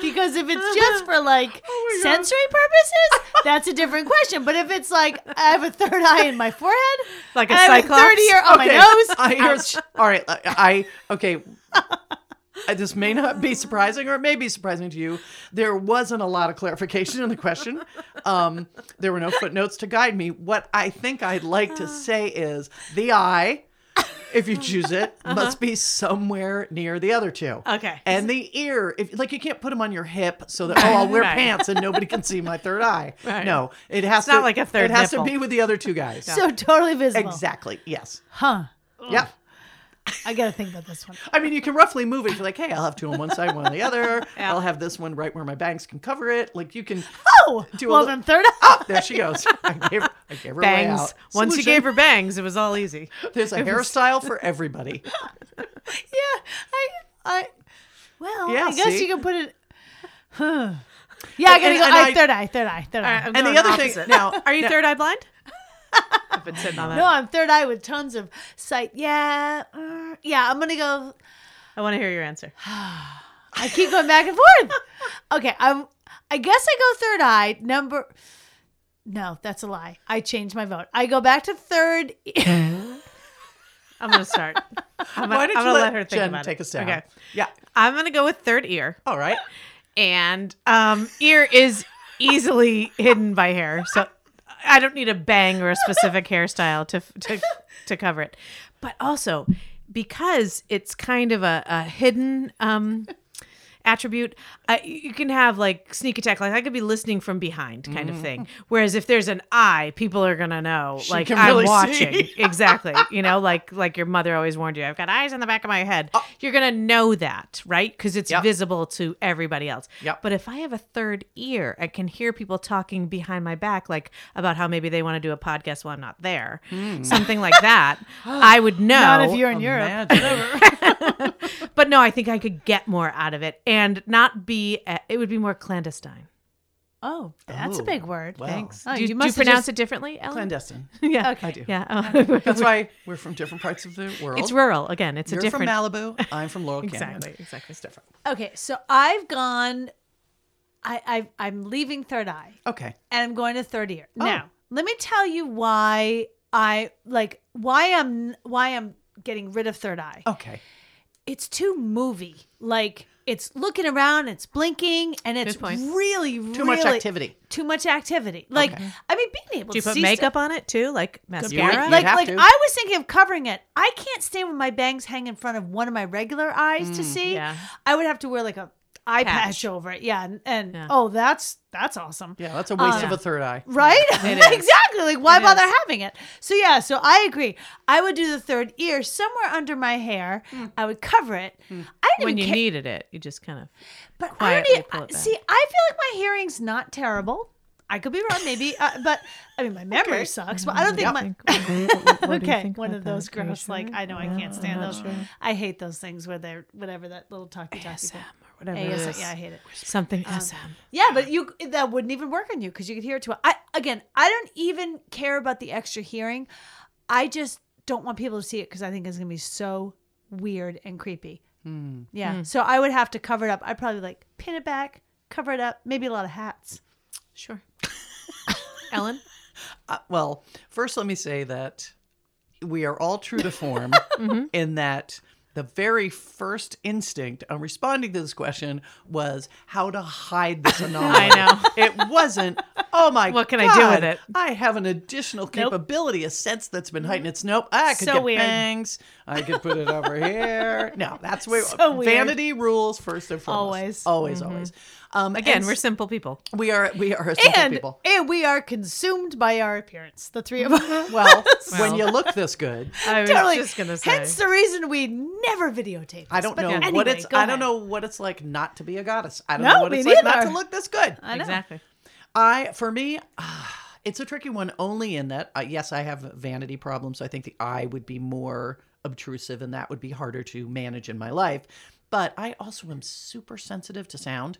B: because if it's just for like
C: Oh God.
B: sensory purposes, that's a different question. But if it's like I have a third eye in my forehead,
A: Like a
B: and I have
A: cyclops. Oh,
B: a third ear on my nose,
C: I here's, all right. uh, I I- okay. I- This may not be surprising, or it may be surprising to you. There wasn't a lot of clarification in the question. Um, there were no footnotes to guide me. What I think I'd like to say is the eye, if you choose it, must be somewhere near the other two.
A: Okay.
C: And the ear, if like you can't put them on your hip so that oh I'll wear
A: Right.
C: pants and nobody can see my third eye.
A: Right.
C: No, it has to
A: not like a third
C: It has
A: nipple.
C: to be with the other two guys.
B: so totally visible.
C: Exactly. Yes.
B: Huh.
C: Yep.
B: I gotta think about this one.
C: I mean, you can roughly move it. You're like, hey, I'll have two on one side, one on the other. I'll have this one right where my bangs can cover it. Like you can.
B: Oh,
C: Do a
B: well
C: li-
B: then third eye.
C: There she goes. I gave her, I gave her a way
A: bangs.
C: out.
A: Once you
C: Solution.
A: gave her bangs, it was all easy.
C: There's a hairstyle for everybody.
B: Yeah, I, I, well,
C: Yeah,
B: I guess
C: see?
B: you can put it. Huh. Yeah, I gotta
C: and-
B: go.
C: and
B: eye,
C: I-
B: third eye, third eye, third eye.
A: I'm
C: And
A: going
C: the other thing
A: opposite.
C: now,
A: are you
C: now-
A: third eye blind? I've been sitting on that.
B: no, I'm third eye with tons of sight. Yeah, mm, yeah. I'm gonna go.
A: I want to hear your answer.
B: I keep going back and forth. Okay, I'm. I guess I go third eye number. No, that's a lie. I changed my vote. I go back to third.
A: I'm gonna start. I'm gonna,
C: Why don't
A: I'm
C: you
A: gonna
C: let,
A: let, her think
C: Jen
A: about
C: take
A: it.
C: us down?
A: Okay.
C: Yeah.
A: I'm gonna go with third ear,
C: All right.
A: and um, ear is easily hidden by hair, so I don't need a bang or a specific hairstyle to to to cover it. But also because it's kind of a, a hidden um, attribute, uh, you can have like sneak attack. Like I could be listening from behind, kind
C: Mm.
A: of thing. Whereas if there's an eye, people are gonna know. like
C: can
A: I'm
C: really see.
A: watching. exactly. You know, like like your mother always warned you. I've got eyes on the back of my head. You're gonna know that, right? Because it's
C: Yep.
A: visible to everybody else.
C: Yep.
A: But if I have a third ear, I can hear people talking behind my back, like about how maybe they want to do a podcast while I'm not there, something like that. I would know.
B: Not if you're in Europe.
C: Imagine.
A: But no, I think I could get more out of it and not be. uh it would be more clandestine.
B: Oh, that's
C: Oh,
B: a big word.
C: wow.
B: Thanks. Oh,
A: do you, do you
B: must have
A: pronounce
B: just-
A: it differently, Ellen?
C: Clandestine.
A: Yeah,
B: Okay.
C: do.
A: yeah. Oh.
C: That's why we're from different parts of the world.
A: it's rural again. It's
C: You're
A: a different.
C: from Malibu. I'm from Laurel Canyon.
A: exactly, exactly.
C: It's different.
B: Okay, so I've gone. I, I I'm leaving third eye.
C: Okay.
B: and I'm going to third year. Now, let me tell you why I like why I'm why I'm getting rid of third eye.
C: Okay.
B: It's too movie. Like it's looking around, it's blinking, and it's
A: Good point.
B: really
C: Too much
B: really-
C: activity.
B: Too much activity. Like I mean, being able
A: Do you
B: to
A: put
B: see
A: makeup on it too, like mascara?
C: point.
B: like
C: You'd have
B: like
C: to.
B: I was thinking of covering it. I can't stand when my bangs hang in front of one of my regular eyes to see.
A: Mm, yeah.
B: I would have to wear like a eye patch,
A: Patch.
B: over it. Yeah, and, and
A: Yeah.
B: oh, that's that's awesome.
C: Yeah, that's a waste
A: Um,
C: of a third eye.
B: Right?
A: It is.
B: exactly. Like, why
A: It
B: bother
A: is.
B: having it? So, yeah, so I agree. I would do the third ear somewhere under my hair. I would cover it. I don't
A: Hmm. when
B: even
A: you
B: care.
A: needed it, you just kind of.
B: but I
A: quietly
B: don't
A: pull
B: even,
A: it back.
B: see, I feel like my hearing's not terrible. I could be wrong, maybe, uh, but I mean, my memory sucks. But I don't think my. Okay, one of those gross, like, I know I can't stand those. I hate those things where they're, whatever that little talkie talkie. thing.
A: or
B: what I really
A: ASM.
B: yeah, I hate it.
A: Something SM.
B: Yeah, but you that wouldn't even work on you because you could hear it too. I again, I don't even care about the extra hearing. I just don't want people to see it because I think it's gonna be so weird and creepy.
C: Hmm.
B: Yeah, so I would have to cover it up. I'd probably like pin it back, cover it up, maybe a lot of hats.
A: Sure. Ellen?
C: Uh, well, first, let me say that we are all true to form
A: Mm-hmm.
C: in that the very first instinct on responding to this question was how to hide this anomaly.
A: know.
C: It wasn't, oh my God.
A: What can I do with it?"
C: I have an additional capability, a sense that's been
A: Mm-hmm.
C: heightened. It's nope. I could
B: So
C: get
B: weird.
C: bangs. I could put it over here. No, that's way
B: So weird.
C: vanity rules first and foremost.
B: Always.
C: Always, always. Um,
A: Again,
C: and
A: Mm-hmm. we're simple people.
C: we are we are a simple
B: And,
C: people.
B: and we are consumed by our appearance, the three of us.
C: Well, when
A: Well.
C: you look this good,
A: I was
B: Totally.
A: just going to say.
B: Hence the reason we never videotape.
C: I
B: this,
C: don't
B: but
C: know
B: anyway,
C: what it's.
B: go
C: I don't
B: ahead.
C: know what it's like not to be a goddess. I don't
B: No,
C: know what
B: me
C: it's like not
B: neither. Uh,
C: to look this good.
B: I know.
A: Exactly.
C: I for me, ah, it's a tricky one. Only in that, uh, yes, I have vanity problems. So I think the eye would be more obtrusive, and that would be harder to manage in my life. But I also am super sensitive to sound.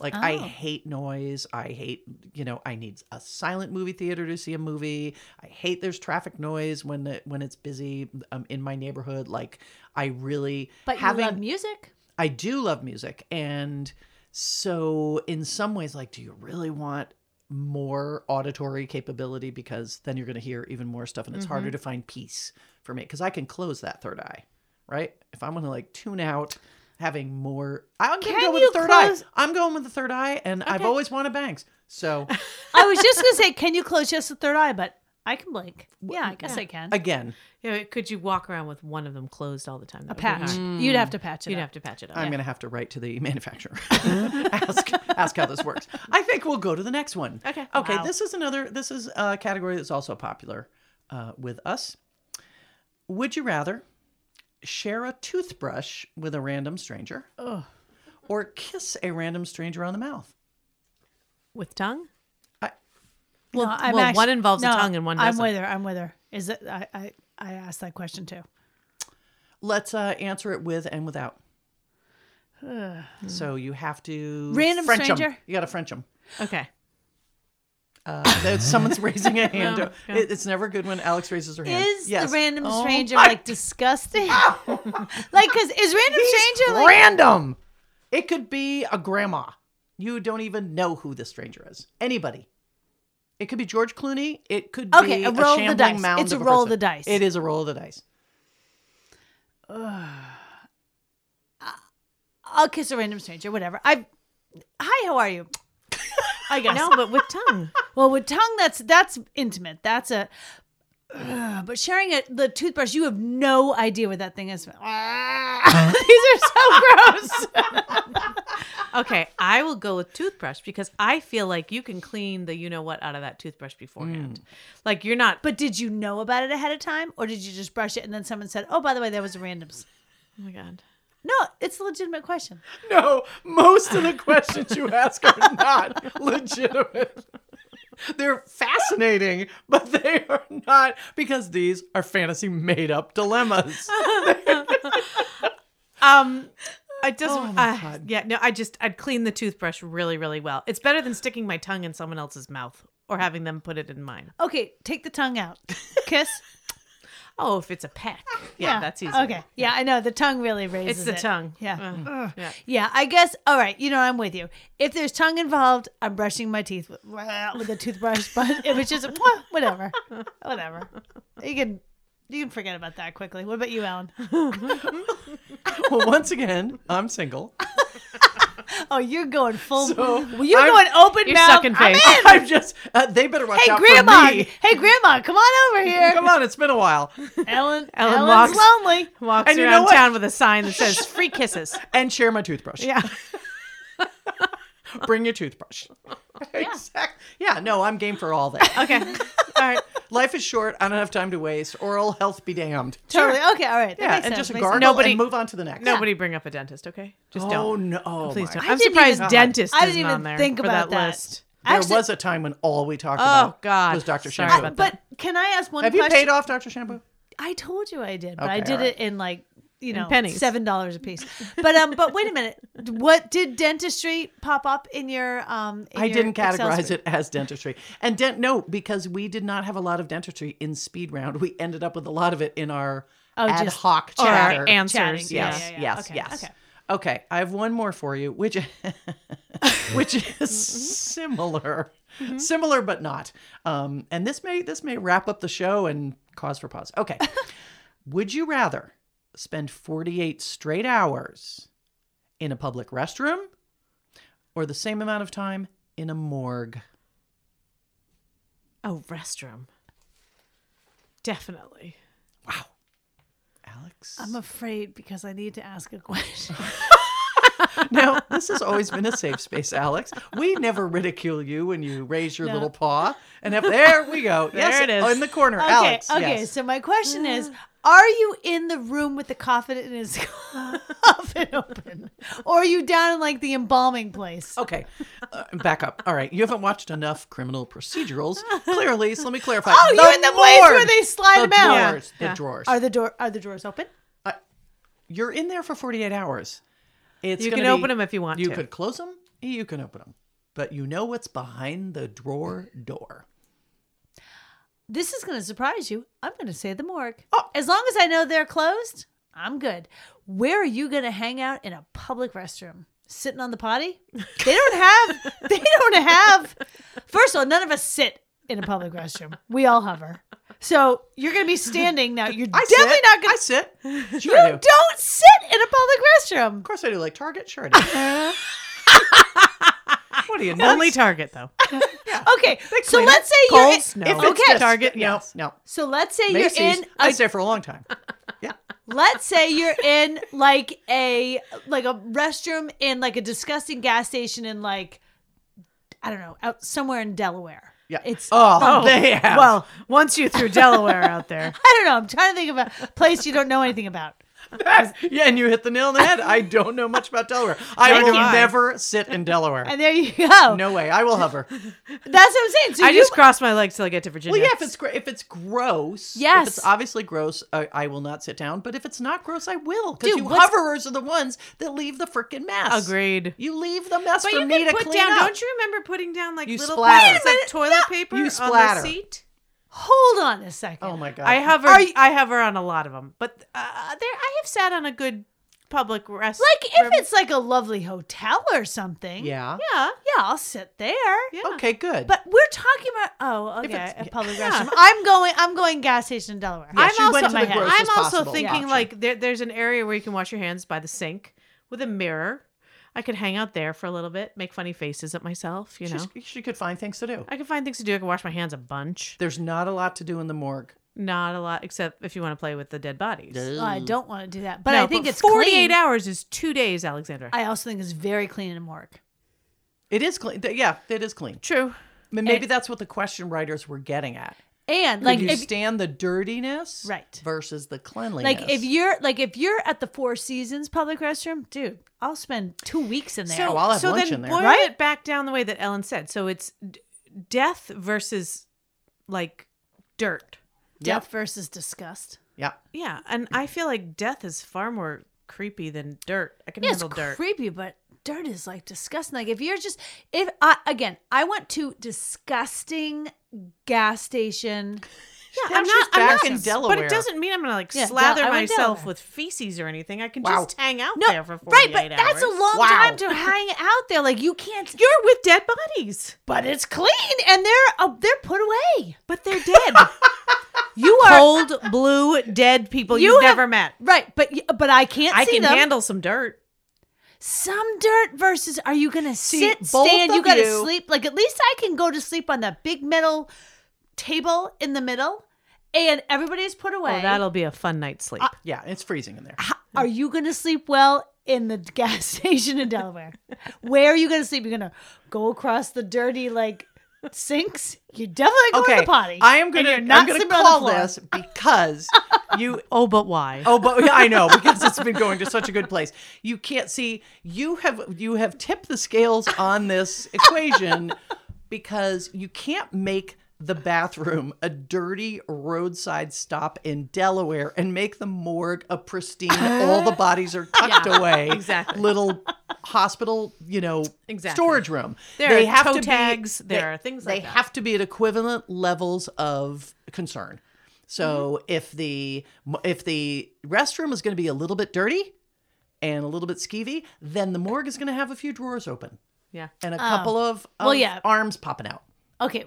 C: Like
B: Oh.
C: I hate noise. I hate you know. I need a silent movie theater to see a movie. I hate there's traffic noise when it, when it's busy um, in my neighborhood. Like I really
B: But
C: having
B: you love music.
C: I do love music. And so, in some ways, like, do you really want more auditory capability? Because then you're going to hear even more stuff and it's harder
B: Mm-hmm.
C: to find peace for me because I can close that third eye, right? If I'm going to like tune out having more, I'm going
B: Can
C: to go with
B: you
C: the third
B: close-
C: eye. I'm going with the third eye and I've
B: Okay.
C: always wanted bangs. So,
B: I was just gonna say, can you close just the third eye? But I can blink. Yeah, I guess I can.
C: again,
A: You know, could you walk around with one of them closed all the time?
B: A patch.
C: Mm.
B: You'd have to patch it.
A: You'd
B: up.
A: have to patch it up.
C: I'm going to have to write to the manufacturer. ask ask how this works. I think we'll go to the next one.
A: Okay.
C: Okay.
B: Wow.
C: This is another. This is a category that's also popular uh, with us. Would you rather share a toothbrush with a random stranger, or kiss a random stranger on the mouth?
A: With tongue?
C: I-
B: Well, I'm
A: well,
B: actu-
A: one involves a tongue and one
B: I'm
A: doesn't.
B: with her. I'm with her. Is it? I, I I asked that question too.
C: Let's uh, answer it with and without. so you have to
B: Random
C: French 'em.
B: stranger?
C: You got to French them.
A: Okay.
C: Uh, that someone's raising a hand.
A: No, no.
C: It- it's never good when Alex raises her hand.
B: Is
C: Yes.
B: the random
C: Oh
B: stranger
C: my
B: like disgusting? like, cause is random stranger like?
C: random. It could be a grandma. You don't even know who the stranger is. Anybody. It could be George Clooney. It could
B: Okay,
C: be
B: a roll of the
C: shambling
B: dice.
C: mound
B: It's a
C: of
B: roll of
C: person.
B: the dice.
C: It is a roll of the dice.
B: I'll kiss a random stranger. Whatever. I. Hi, how are you? I guess.
A: No, but with tongue.
B: Well, with tongue, that's that's intimate. That's a. Ugh, but sharing a, the toothbrush, you have no idea what that thing is. Ah, These are so gross.
A: Okay, I will go with toothbrush because I feel like you can clean the you know what out of that toothbrush beforehand. Like you're not.
B: But did you know about it ahead of time, or did you just brush it and then someone said, "Oh, by the way, that was a randoms."
A: Oh my god.
B: No, it's a legitimate question.
C: No, most of the questions you ask are not legitimate. They're fascinating, but they are not because these are fantasy made up dilemmas.
A: Um, I just.
C: my
A: uh,
C: God.
A: Yeah, no, I just I'd clean the toothbrush really, really well. It's better than sticking my tongue in someone else's mouth or having them put it in mine.
B: Okay, take the tongue out, kiss.
A: Oh, if it's a peck. Yeah, that's easy.
B: Okay, yeah, I know the tongue really raises.
A: It's the
B: it.
A: tongue.
B: Yeah.
A: Ugh.
B: Ugh.
A: Yeah.
B: Yeah, I guess. All right, you know, I'm with you. If there's tongue involved, I'm brushing my teeth with, with a toothbrush. But if it's just whatever, whatever, you can you can forget about that quickly. What about you, Alan?
C: well, once again, I'm single.
B: Oh, you're going full.
C: So,
B: well, you're
C: I'm-
B: going open
A: You're
B: mouth.
A: sucking
B: I'm
A: face.
B: in.
C: I'm just, uh, they better watch
B: Hey,
C: out
B: Grandma.
C: for me.
B: Hey, Grandma, come on over here.
C: Come on, it's been a while.
B: Ellen,
A: Ellen
B: Ellen's
A: walks-
B: lonely.
A: Walks
C: And you know
A: around
C: what?
A: town with a sign that says free kisses.
C: and share my toothbrush.
A: Yeah.
C: Bring your toothbrush. Exact- Yeah, no, I'm game for all that.
A: Okay. All right.
C: Life is short. I don't have time to waste. Oral health be damned.
B: Totally. Okay. All right. That
C: Yeah,
B: makes
C: and
B: sense,
C: just
B: makes
C: gargle
B: sense.
A: Nobody-
C: and move on to the next.
A: Nobody bring up a dentist, okay? Just
C: oh,
A: don't.
C: no. Oh,
A: Please
C: my
A: don't.
C: God.
A: I'm
B: didn't
A: surprised
B: even-
A: dentist
B: I
A: isn't
B: didn't even
A: on there
B: think
A: for
B: about
A: that,
B: that.
A: list.
C: There
B: Actually- Oh,
C: was a time when all we talked about
A: God.
C: was Dr.
A: Sorry
C: Shampoo.
A: about
B: But can I ask one
C: have you
B: question?
C: paid off Dr. Shampoo?
B: I told you I did, but
C: Okay,
B: I did
C: all right.
B: it in like you know
A: pennies.
B: seven dollars a piece. But um, but wait a minute, what did dentistry pop up in your um? in
C: I
B: your
C: didn't
B: Excel
C: categorize
B: spreadsheet?
C: it as dentistry. And dent no, because we did not have a lot of dentistry in speed round. We ended up with a lot of it in our
B: Oh,
C: ad
B: just
C: hoc
A: Or
C: chatter.
A: our answers.
B: Chatting, yeah.
A: Yes.
C: yes, yes,
B: okay,
C: yes.
B: okay.
C: Okay. I have one more for you, which which
B: Mm-hmm.
C: is similar, similar but not. Um, and this may this may wrap up the show and cause for pause. Okay, would you rather spend forty eight straight hours in a public restroom, or the same amount of time in a morgue?
A: Oh, restroom. Definitely.
C: Wow, Alex.
B: I'm afraid because I need to ask a question.
C: Now, this has always been a safe space, Alex. We never ridicule you when you raise your little paw. And if there we go. yes,
A: it is.
C: oh, in the corner,
B: Okay,
C: Alex.
B: okay.
C: yes.
B: So my question is: Are you in the room with the coffin in his coffin open, or are you down in like the embalming place?
C: Okay, uh, back up. All right, you haven't watched enough criminal procedurals, clearly. So let me clarify.
B: Oh, you're in the place
C: morgue!
B: where they slide
C: the
B: them out. Yeah,
C: Drawers,
A: yeah.
C: The drawers.
B: Are the door are the doors open?
C: You're in there for 48 hours. It's
A: You
C: gonna
A: can
C: be-
A: open 'em if you want
C: You
A: to.
C: could close them. You can open them, but you know what's behind the drawer door.
B: This is going to surprise you. I'm going to say the morgue.
C: Oh.
B: As long as I know they're closed, I'm good. Where are you going to hang out in a public restroom? Sitting on the potty? They don't have. they don't have. First of all, none of us sit in a public restroom. We all hover. So you're going to be standing now. You're
C: I
B: definitely
C: sit.
B: not going
C: I sit. Sure, I do.
B: to. Don't sit in a public restroom.
C: Of course I do. Like Target, sure I do. what do you know?
A: Only Target though.
B: Okay, so
C: clean
B: let's say you're. In,
A: Kohl's? No.
B: if-
A: If it's
B: okay,
C: Target, no,
A: yes.
C: no.
B: so let's say
C: Macy's,
B: you're in
C: I stay for a long time. Yeah,
B: let's say you're in like a like a restroom in like a disgusting gas station in like I don't know out somewhere in Delaware.
C: yeah.
B: it's
C: oh, they have.
A: Well, once you threw Delaware out there.
B: I don't know. I'm trying to think of a place you don't know anything about.
C: yeah, and you hit the nail on the head. I don't know much about Delaware. I
A: Neither
C: will
A: do I.
C: never sit in Delaware.
B: And there you go.
C: no way. I will hover. Well,
B: That's what I'm saying. So
A: I
B: you,
A: just crossed my legs till I get to Virginia.
C: yeah, if it's gr- if it's gross,
B: Yes.
C: if it's obviously gross, I, I will not sit down. But if it's not gross, I will. Because
B: Dude,
C: you
B: what's-
C: hoverers are the ones that leave the freaking mess.
A: Agreed.
C: You leave the mess
A: But
C: for
A: you
C: me
A: can
C: to
A: put
C: clean
A: down.
C: up.
A: Don't you remember putting down like
C: You
A: little
C: splatter.
A: pieces
C: Wait a
A: of toilet paper
C: You
A: on
C: splatter.
A: the seat?
B: hold on a second.
C: Oh my god.
A: I hover.
B: Are you-
A: I hover on a lot of them, but uh, there I have sat on a good public rest.
B: Like if it's like a lovely hotel or something.
C: Yeah.
B: Yeah. Yeah. I'll sit there.
A: yeah.
C: Okay. Good.
B: But we're talking about oh okay
C: it's-
B: a public restroom. I'm going I'm going gas station in Delaware.
C: Yeah, she
A: I'm
C: went
A: also,
C: to the
A: my head.
C: grossest
A: I'm also
C: possible
A: thinking
C: option.
A: like there, there's an area where you can wash your hands by the sink with a mirror. I could hang out there for a little bit, make funny faces at myself. You know,
C: She's- she could find things to do.
A: I can find things to do. I can wash my hands a bunch.
C: There's not a lot to do in the morgue.
A: Not a lot, except if you want to play with the dead bodies.
B: Oh, I don't want to do that. But
A: No,
B: I think it's
A: 48
B: clean.
A: hours is two days, Alexandra.
B: I also think it's very clean and morgue.
C: It is clean. Th- Yeah, it is clean.
A: True.
C: I mean, maybe that's what the question writers were getting at.
B: And
C: Like
B: Eh. like
C: you
B: if,
C: stand the dirtiness,
B: Right.
C: versus the cleanliness.
B: like if you're like if you're at the Four Seasons public restroom, dude, I'll spend two weeks in there.
A: So,
C: I'll have
A: so
C: lunch
A: then
C: in there.
A: boil
B: Right?
A: it back down the way that Ellen said. So it's d- death versus like dirt.
B: Death versus disgust.
C: yeah,
A: Yeah, and I feel like death is far more creepy than dirt. I can
B: Yeah, it's
A: handle dirt.
B: creepy, but dirt is like disgusting. Like if you're just if I again, I went to disgusting gas station.
A: yeah,
C: Now
A: I'm
C: she's
A: not. I'm
C: back
A: not
C: in
A: But
C: Delaware.
A: it doesn't mean I'm gonna like
B: Yeah, Del-
A: slather
B: I went
A: myself
B: Delaware.
A: with feces or anything. I can
C: Wow.
A: just hang out
B: No,
A: there for 48
B: right, but
A: hours.
B: that's a long
C: Wow.
B: time to hang out there. Like you can't.
A: You're with dead bodies,
B: But it's clean, and they're uh, they're put away.
A: but they're dead. you are cold blue dead people
B: You
A: you have
B: have-
A: never met.
B: Right, but y- but I can't.
A: I
B: see
A: can
B: them.
A: handle some dirt.
B: some dirt versus are you gonna sit
C: both
B: stand
C: of
B: you gotta
C: you-
B: sleep like at least i can go to sleep on that big metal table in the middle and everybody's put away
A: Oh, that'll be a fun night's sleep.
C: yeah, it's freezing in there.
B: are you gonna sleep well in the gas station in delaware where are you gonna sleep you're gonna go across the dirty like sinks you definitely go in the potty
C: I am
B: and
C: gonna.
B: you're
C: I'm
B: not
C: gonna
B: sleeping on
C: call
B: the floor.
C: this because you
A: oh, but why?
C: Oh, but yeah, I know because it's been going to such a good place. You can't see you have you have tipped the scales on this equation because you can't make the bathroom, a dirty roadside stop in Delaware, and make the morgue a pristine, all the bodies are tucked away,
A: exactly.
C: little hospital, you know,
A: Exactly.
C: storage room.
A: There are toe tags, there
C: they-
A: are things like
C: they
A: that.
C: have to be at equivalent levels of concern. So
A: Mm-hmm.
C: if the if the restroom is going to be a little bit dirty and a little bit skeevy, then the morgue is going to have a few drawers open
A: Yeah.
C: and a couple
A: Oh.
C: of,
B: well,
C: of
B: yeah.
C: arms popping out.
B: Okay.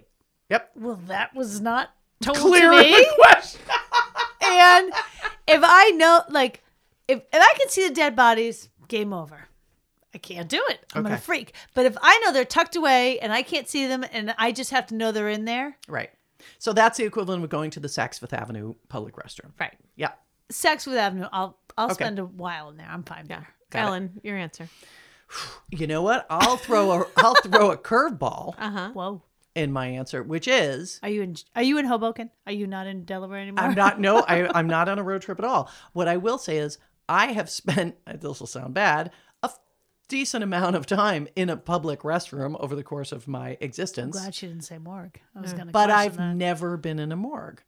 C: Yep.
B: Well, that was not told
C: Clear
B: to
C: in
B: me.
C: the question.
B: and if I know, like, if if I can see the dead bodies, game over. I can't do it. I'm gonna
C: Okay.
B: freak. But if I know they're tucked away and I can't see them, and I just have to know they're in there,
C: Right. So that's the equivalent of going to the Saks Fifth Avenue public restroom.
A: Right.
C: Yeah.
B: sex with Avenue, I'll I'll
C: Okay.
B: spend a while in there. I'm fine.
A: Yeah.
B: There.
C: Got it.
A: Ellen, your answer.
C: You know what? I'll throw a I'll throw a curveball
A: Uh-huh.
B: Whoa.
C: in my answer, which is
B: Are you in Are you in Hoboken? Are you not in Delaware anymore?
C: I'm not no, I, I'm not on a road trip at all. What I will say is I have spent this will sound bad, a f- decent amount of time in a public restroom over the course of my existence.
B: Glad she didn't say morgue. I was gonna.
C: but
B: question
C: I've
B: that.
C: never been in a morgue.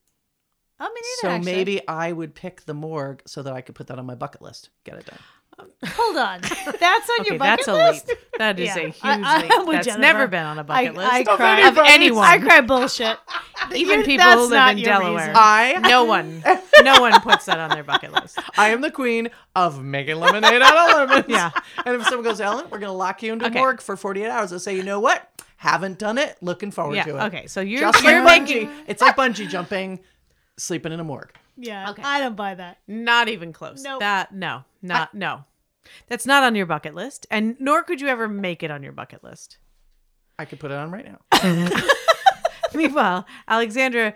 B: I mean, neither,
C: So
B: actually.
C: maybe I would pick the morgue so that I could put that on my bucket list. Get it done.
B: Hold on. That's on
A: Okay,
B: your
A: that's
B: bucket
A: a
B: list.
A: leap. That is
B: Yeah.
A: a huge
B: I- I
A: leap.
B: am with
A: That's
B: Jennifer.
A: never been on a
B: I,
A: bucket list.
B: I cry
A: Of anyone.
B: I cry bullshit.
A: Even
B: You-
A: people
B: that's
A: who live
B: not
A: in
B: your
A: Delaware.
B: reason.
C: I
A: no one. No one puts that on their bucket list.
C: I am the queen of making lemonade out of lemons.
A: Yeah.
C: And if someone goes, Ellen, we're going to lock you into
A: Okay.
C: morgue for 48 hours, I'll say, you know what? Haven't done it. Looking forward
A: Yeah.
C: to it.
A: Okay. So you're
C: Just
A: you're
C: like
A: making
C: bungee. It's like bungee jumping, sleeping in a morgue.
B: Yeah.
A: Okay.
B: I don't buy that.
A: Not even close.
B: Nope.
A: That no, not no. That's not on your bucket list, and nor could you ever make it on your bucket list.
C: I could put it on right now.
A: Meanwhile, Alexandra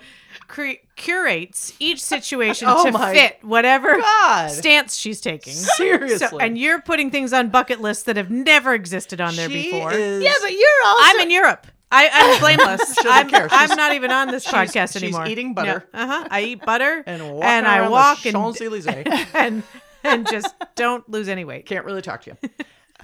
A: cre- curates each situation
C: Oh
A: to
C: my
A: fit whatever
C: God.
A: stance she's taking.
C: Seriously.
A: So, and you're putting things on bucket lists that have never existed on there
C: she
A: before.
C: Is,
B: Yeah, but you're also.
A: I'm in Europe. I, I'm blameless.
C: doesn't
A: I'm,
C: care. She's-
A: I'm not even on this podcast
C: she's
A: anymore.
C: eating butter.
A: uh huh. I eat butter
C: and, walking
A: and I
C: around
A: walk
C: the
A: and,
C: Champs-Élysées.
A: and and just don't lose any weight.
C: Can't really talk to you.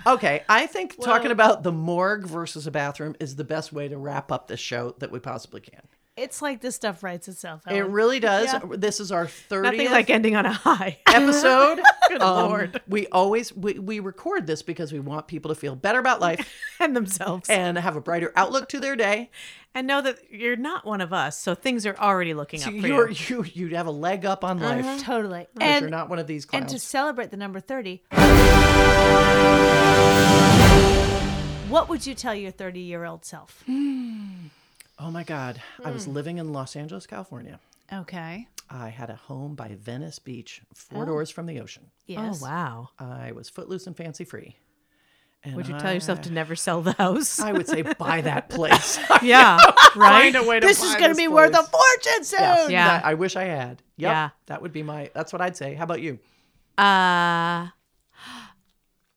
C: Okay, I think talking about the morgue versus a bathroom is the best way to wrap up this show that we possibly can.
B: It's like this stuff writes itself.
C: It
B: Ellen.
C: really does.
B: Yeah.
C: This is our 30th
A: Oh, Nothing like ending on a high.
C: episode.
A: Good
C: Um,
A: lord.
C: We always we, we record this because we want people to feel better about life
A: And themselves. And,
C: and have a brighter outlook to their day.
A: know that you're not one of us, so things are already looking
C: So
A: up for
C: you're
A: you. Uh-huh.
C: you you'd have a leg up on life.
B: totally.
C: Because
B: And,
C: you're not one of these
B: and
C: clowns.
B: to celebrate the number 30, what would you tell your 30 year old self?
C: oh my God. I
B: Hmm.
C: was living in Los Angeles, California.
B: Okay.
C: I had a home by Venice Beach,
B: Oh.
C: four doors from the ocean.
B: Yes.
A: Oh wow.
C: I was footloose and fancy free. And
A: Would you
C: I,
A: tell yourself to never sell the house?
C: I would say buy that place.
A: yeah. Right?
C: Find a way to
B: This is
C: buy
B: going to
C: this
B: be worth a
C: place.
B: fortune soon.
C: Yeah.
A: Yeah.
C: That- I wish I had. Yep.
A: Yeah.
C: That would be my that's what I'd say. How about you?
A: Uh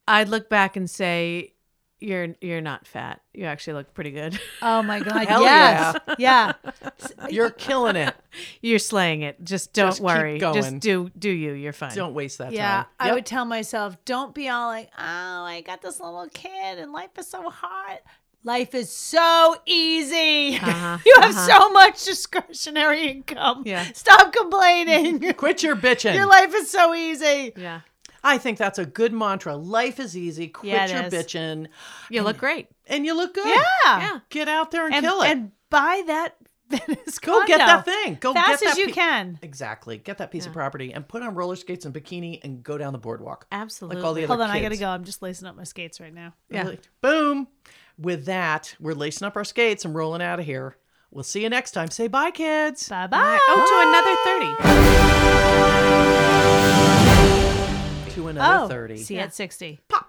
A: I'd look back and say you're you're not fat. You actually look pretty good.
B: Oh my God.
C: Hell
B: yes. Yeah.
C: You're killing it.
A: You're slaying it. Just don't
C: Just keep
A: worry.
C: going.
A: Just do do you. You're fine.
C: Don't waste that
B: Yeah,
C: time.
B: I
C: Yep.
B: would tell myself, don't be all like, oh, I got this little kid and life is so hard. Life is so easy.
A: Uh-huh,
B: you have so much discretionary income.
A: Yeah.
B: Stop complaining.
C: Quit your bitching.
B: Your life is so easy.
A: Yeah.
C: I think that's a good mantra. Life is easy. Quit
B: Yeah, it
C: your
B: is.
C: bitching,
A: You look great.
C: and you look good.
B: Yeah.
A: Yeah.
C: Get out there and,
B: And,
C: kill it.
B: and buy that Venice
C: Go get
B: condo.
C: that thing. Go
B: Fast
C: get that
B: as you
C: pi-
B: can.
C: Exactly. Get that piece of property and put on roller skates and bikini and go down the boardwalk.
A: Absolutely.
C: Like all the other
B: Hold on, I got to
C: kids.
B: go. I'm just lacing up my skates right now.
A: Yeah.
C: Really- Boom. With that, we're lacing up our skates and rolling out of here. We'll see you next time. Say bye, kids.
B: Bye bye.
A: Oh, to another 30.
C: To another
B: oh,
C: 30.
B: See you
C: Oh.
A: Yeah.
B: at 60.
C: Pop.